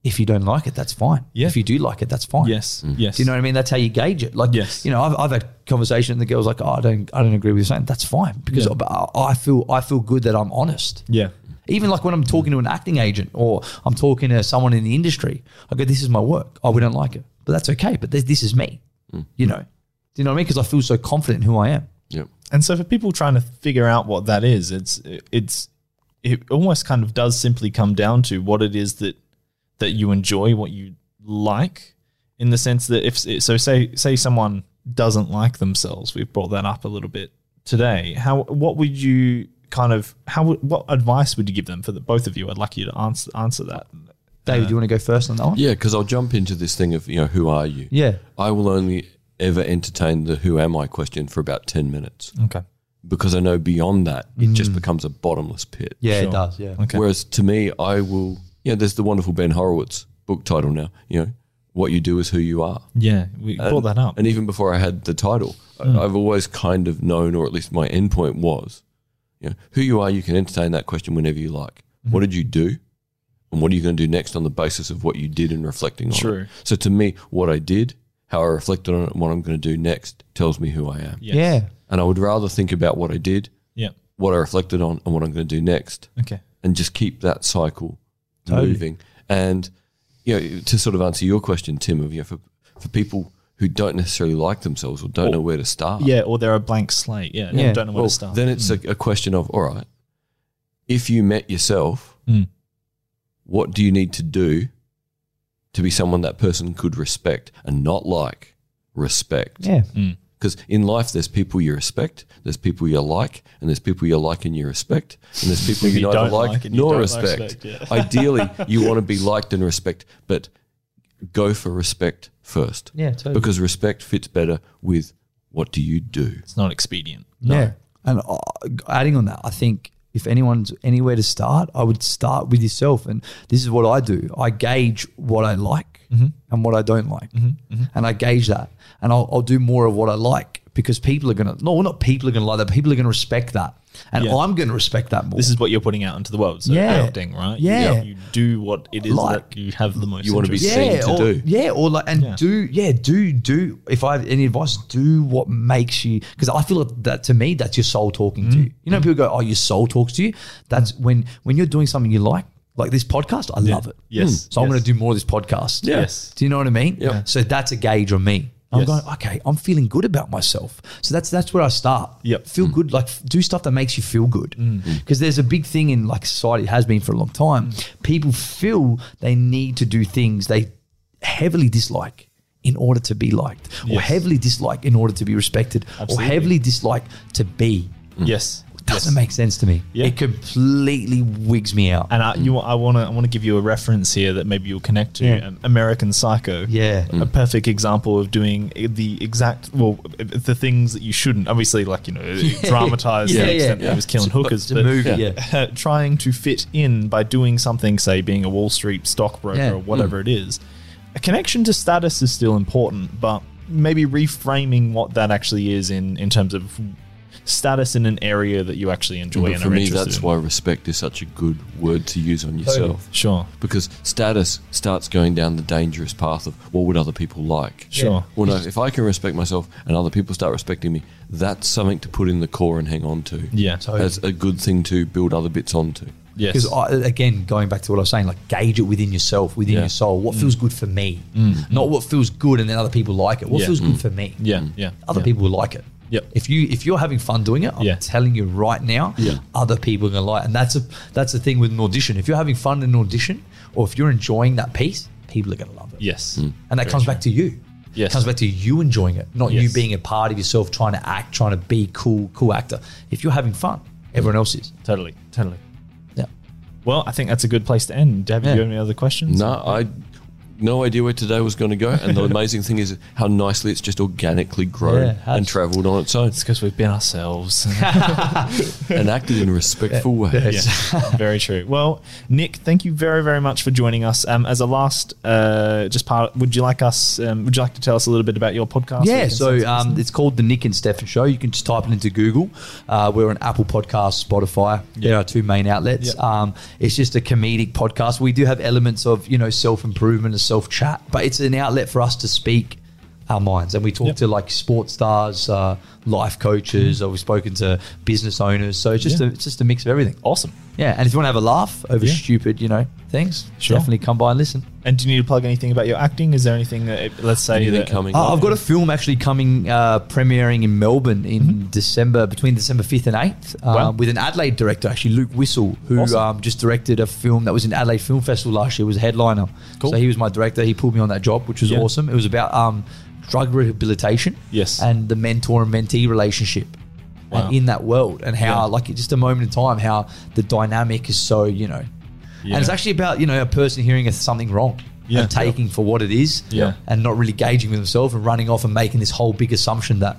Speaker 3: if you don't like it, that's fine.
Speaker 2: Yeah.
Speaker 3: If you do like it, that's fine.
Speaker 2: yes, yes,
Speaker 3: Mm. Do you know what I mean? That's how you gauge it. Like,
Speaker 2: Yes.
Speaker 3: you know, I've, I've had conversation and the girl's like, oh, I don't, I don't agree with you saying that's fine because
Speaker 2: Yeah.
Speaker 3: I, I feel, I feel good that I'm honest.
Speaker 2: yeah,
Speaker 3: Even like when I'm talking to an acting agent or I'm talking to someone in the industry, I go, this is my work. Oh, we don't like it, but that's okay. But this, this is me,
Speaker 2: Mm.
Speaker 3: you know, do you know what I mean? Cause I feel so confident in who I am.
Speaker 1: Yep.
Speaker 2: And so for people trying to figure out what that is, it's it's it almost kind of does simply come down to what it is that that you enjoy, what you like, in the sense that if so, say say someone doesn't like themselves, we've brought that up a little bit today. How what would you kind of how would- what advice would you give them for the both of you? I'd like you to answer answer that.
Speaker 3: David, do you want to go first on that one?
Speaker 1: Yeah, because I'll jump into this thing of, you know, who are you?
Speaker 3: Yeah.
Speaker 1: I will only ever entertain the who am I question for about 10 minutes
Speaker 2: Okay.
Speaker 1: because I know beyond that, it just becomes a bottomless pit.
Speaker 3: Yeah,
Speaker 2: Sure.
Speaker 3: it does. Yeah.
Speaker 2: Okay.
Speaker 1: Whereas to me, I will, you know, there's the wonderful Ben Horowitz book title now, you know, what you do is who you are.
Speaker 2: Yeah, we brought that up.
Speaker 1: And even before I had the title, I- I've always kind of known, or at least my endpoint was, you know, who you are. You can entertain that question whenever you like. What did you do, and what are you going to do next on the basis of what you did and reflecting on
Speaker 2: True.
Speaker 1: it? So to me, what I did, how I reflected on it, and what I'm going to do next tells me who I am.
Speaker 2: Yes.
Speaker 3: Yeah.
Speaker 1: And I would rather think about what I did,
Speaker 2: Yeah.
Speaker 1: what I reflected on, and what I'm going to do next
Speaker 2: Okay.
Speaker 1: and just keep that cycle moving. And you know, to sort of answer your question, Tim, of you know, for for people who don't necessarily like themselves or don't know where to start,
Speaker 2: Yeah, or they're a blank slate. Yeah,
Speaker 3: Yeah.
Speaker 2: don't know where
Speaker 1: well,
Speaker 2: to start. Hmm.
Speaker 1: then it's a, a question of all right, if you met yourself,
Speaker 2: Mm.
Speaker 1: what do you need to do to be someone that person could respect and not like? Respect.
Speaker 3: Yeah.
Speaker 1: Because in life, there's people you respect, there's people you like, and there's people you like and you respect, and there's people you,
Speaker 2: You
Speaker 1: neither
Speaker 2: don't
Speaker 1: like,
Speaker 2: like and you
Speaker 1: nor
Speaker 2: don't
Speaker 1: respect.
Speaker 2: respect, yeah.
Speaker 1: Ideally, you want to be liked and respect, but go for respect first.
Speaker 3: Yeah, totally.
Speaker 1: Because respect fits better with what do you do?
Speaker 2: it's not expedient.
Speaker 3: Yeah. And uh, adding on that, I think if anyone's anywhere to start, I would start with yourself. And this is what I do I gauge what I like and what I don't like. And I gauge that. And I'll, I'll do more of what I like because people are going to, no, well, not people are going to like that. People are going to respect that. And
Speaker 2: Yeah.
Speaker 3: I'm going to respect that more.
Speaker 2: This is what you're putting out into the world. So
Speaker 3: Yeah.
Speaker 2: acting, right?
Speaker 3: Yeah.
Speaker 2: You, you do what it is
Speaker 3: Like-
Speaker 2: that you have the most.
Speaker 1: You wanna be
Speaker 2: interest in.
Speaker 1: seen. thing to
Speaker 3: or,
Speaker 1: do.
Speaker 3: Yeah, or like and do yeah, do do if I have any advice, do what makes you because I feel like that to me, that's your soul talking to you. You know, people go, Oh, your soul talks to you. That's when when you're doing something you like, like this podcast, I love it.
Speaker 2: Yes.
Speaker 3: So I'm
Speaker 2: Yes.
Speaker 3: gonna do more of this podcast.
Speaker 1: Yeah.
Speaker 2: Yes.
Speaker 3: Do you know what I mean?
Speaker 1: Yeah.
Speaker 3: So that's a gauge on me. I'm
Speaker 2: Yes.
Speaker 3: going, okay, I'm feeling good about myself. So that's that's where I start.
Speaker 2: Yep. Mm.
Speaker 3: Feel good, like f- do stuff that makes you feel good. Because there's a big thing in like society, it has been for a long time.
Speaker 2: Mm.
Speaker 3: People feel they need to do things they heavily dislike in order to be liked, or
Speaker 2: Yes.
Speaker 3: heavily dislike in order to be respected,
Speaker 2: Absolutely.
Speaker 3: or heavily dislike to be.
Speaker 2: Yes.
Speaker 3: Doesn't make sense to me.
Speaker 2: Yeah.
Speaker 3: It completely wigs me out.
Speaker 2: And I, you, I want to, I want to give you a reference here that maybe you'll connect to
Speaker 3: Mm. Yeah.
Speaker 2: um, American Psycho.
Speaker 3: Yeah.
Speaker 2: a
Speaker 1: Mm.
Speaker 2: perfect example of doing the exact, well, the things that you shouldn't. Obviously, like you know, dramatize
Speaker 3: Yeah,
Speaker 2: to the
Speaker 3: yeah,
Speaker 2: extent that
Speaker 1: yeah.
Speaker 2: he was killing hookers,
Speaker 3: It's a
Speaker 2: but
Speaker 3: movie, yeah.
Speaker 2: trying to fit in by doing something, say, being a Wall Street stockbroker
Speaker 3: Yeah.
Speaker 2: or
Speaker 1: Mm.
Speaker 2: whatever it is. A connection to status is still important, but maybe reframing what that actually is in in terms of status in an area that you actually enjoy
Speaker 1: But
Speaker 2: and
Speaker 1: for
Speaker 2: are
Speaker 1: me,
Speaker 2: interested
Speaker 1: that's
Speaker 2: in.
Speaker 1: why respect is such a good word to use on yourself.
Speaker 2: Sure,
Speaker 1: Because status starts going down the dangerous path of what would other people like?
Speaker 2: sure.
Speaker 1: Well, no, if I can respect myself and other people start respecting me, that's something to put in the core and hang on to.
Speaker 2: Yeah.
Speaker 3: Totally.
Speaker 1: That's a good thing to build other bits onto.
Speaker 2: Yes.
Speaker 3: Because I again, going back to what I was saying, like gauge it within yourself, within
Speaker 1: Yeah.
Speaker 3: your soul.
Speaker 2: Mm.
Speaker 3: What feels good for me, not what feels good and then other people like it. What
Speaker 2: Yeah. Mm.
Speaker 3: feels good for me, Mm.
Speaker 2: yeah. Yeah.
Speaker 3: other
Speaker 2: yeah.
Speaker 3: people will like it.
Speaker 2: Yep.
Speaker 3: If you if you're having fun doing it, I'm
Speaker 2: Yeah.
Speaker 3: telling you right now, other people are gonna like. it. And that's a that's the thing with an audition. If you're having fun in an audition, or if you're enjoying that piece, people are gonna love it.
Speaker 2: Yes.
Speaker 3: And that comes back to you.
Speaker 2: Yes.
Speaker 3: comes back to you enjoying it, not you
Speaker 2: Yes.
Speaker 3: being a part of yourself, trying to act, trying to be cool, cool actor. If you're having fun, everyone else is.
Speaker 2: Totally. Totally.
Speaker 3: Yeah.
Speaker 2: Well, I think that's a good place to end. Dave,
Speaker 3: Yeah.
Speaker 2: do you have any other questions?
Speaker 1: No, I no idea where today was going to go. And the amazing thing is how nicely it's just organically grown
Speaker 3: Yeah, it has.
Speaker 1: and travelled on its own
Speaker 2: It's because we've been ourselves.
Speaker 1: and acted in a respectful way.
Speaker 2: Yeah, very true. Well, Nick, thank you very, very much for joining us. Um, as a last, uh, just part, would you like us? Um, would you like to tell us a little bit about your podcast? We
Speaker 3: Yeah,
Speaker 2: can send
Speaker 3: so
Speaker 2: some-
Speaker 3: um, it's called the Nick and Stefan Show. You can just type it into Google. Uh, we're on Apple Podcasts, Spotify. There are two main outlets.
Speaker 2: Yeah.
Speaker 3: Um, it's just a comedic podcast. We do have elements of you know self improvement and self chat, but it's an outlet for us to speak our minds. And we talk
Speaker 2: Yep. Mm-hmm.
Speaker 3: to like sports stars, uh, life coaches, or we've spoken to business owners. So it's just
Speaker 2: Yeah.
Speaker 3: a, it's just a mix of everything. Oh,
Speaker 2: awesome.
Speaker 3: Yeah, and if you want to have a laugh over
Speaker 2: Yeah.
Speaker 3: stupid you know things,
Speaker 2: Sure.
Speaker 3: definitely come by and listen.
Speaker 2: And do you need to plug anything about your acting? Is there anything that, let's say,
Speaker 1: Anything
Speaker 2: that,
Speaker 1: coming
Speaker 3: Uh,
Speaker 1: up?
Speaker 3: I've got a film actually coming uh, premiering in Melbourne in December, between December 5th and 8th, um,
Speaker 2: Mm-hmm. Wow.
Speaker 3: with an Adelaide director, actually Luke Whistle, who
Speaker 2: Awesome.
Speaker 3: um, just directed a film that was in Adelaide Film Festival last year. was a headliner.
Speaker 2: Cool.
Speaker 3: So he was my director. He pulled me on that job, which was
Speaker 2: Yeah.
Speaker 3: awesome. It was about um, drug rehabilitation
Speaker 2: Yes.
Speaker 3: and the mentor and mentee relationship.
Speaker 2: Wow.
Speaker 3: And in that world, and how
Speaker 2: Yeah.
Speaker 3: like it's just a moment in time, how the dynamic is so you know,
Speaker 2: Yeah.
Speaker 3: and it's actually about you know a person hearing something wrong
Speaker 2: Yeah.
Speaker 3: and taking for what it is,
Speaker 2: Yeah.
Speaker 3: and not really gauging with themselves and running off and making this whole big assumption that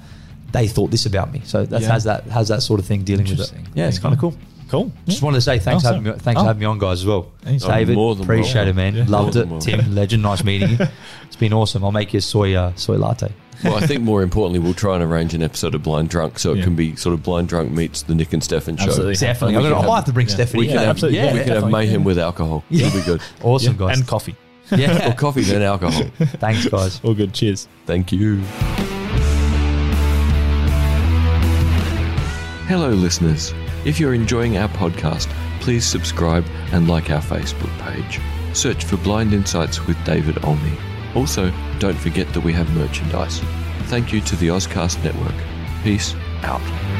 Speaker 3: they thought this about me. So that
Speaker 2: Yeah.
Speaker 3: has that has that sort of thing dealing with it.
Speaker 2: Interesting.
Speaker 3: Yeah, it's
Speaker 2: Yeah.
Speaker 3: kind of cool.
Speaker 2: Mm-hmm. Cool.
Speaker 3: Just wanted to say thanks,
Speaker 2: Oh,
Speaker 3: for having me,
Speaker 2: sorry.
Speaker 3: thanks
Speaker 2: Oh.
Speaker 3: for having me on, guys, as well.
Speaker 2: Thanks. Oh,
Speaker 3: David,
Speaker 1: more than
Speaker 3: appreciate
Speaker 1: welcome.
Speaker 3: it, man.
Speaker 2: Yeah.
Speaker 1: More
Speaker 3: Loved
Speaker 1: than
Speaker 3: it.
Speaker 1: welcome.
Speaker 3: Tim, legend, nice meeting you. It's been awesome. I'll make you a soy uh, soy latte.
Speaker 1: Well, I think more importantly, we'll try and arrange an episode of Blind Drunk so it
Speaker 2: Yeah.
Speaker 1: can be sort of Blind Drunk meets the Nick and Stefan show.
Speaker 2: Absolutely.
Speaker 3: Definitely, I'm
Speaker 1: We
Speaker 3: gonna,
Speaker 1: can
Speaker 3: I
Speaker 1: have-
Speaker 3: might have to bring Stephanie.
Speaker 1: We can
Speaker 2: Yeah,
Speaker 1: have,
Speaker 2: absolutely.
Speaker 1: yeah, we
Speaker 2: Yeah,
Speaker 1: can have
Speaker 2: definitely.
Speaker 1: mayhem with alcohol. It'll be good.
Speaker 3: Awesome, guys.
Speaker 2: And coffee.
Speaker 1: Well,
Speaker 3: yeah,
Speaker 1: coffee then alcohol.
Speaker 3: thanks, guys.
Speaker 2: All good. Cheers.
Speaker 1: Thank you. Hello, listeners. If you're enjoying our podcast, please subscribe and like our Facebook page. Search for Blind Insights with David Olney. Also, don't forget that we have merchandise. Thank you to the Ozcast Network. Peace out.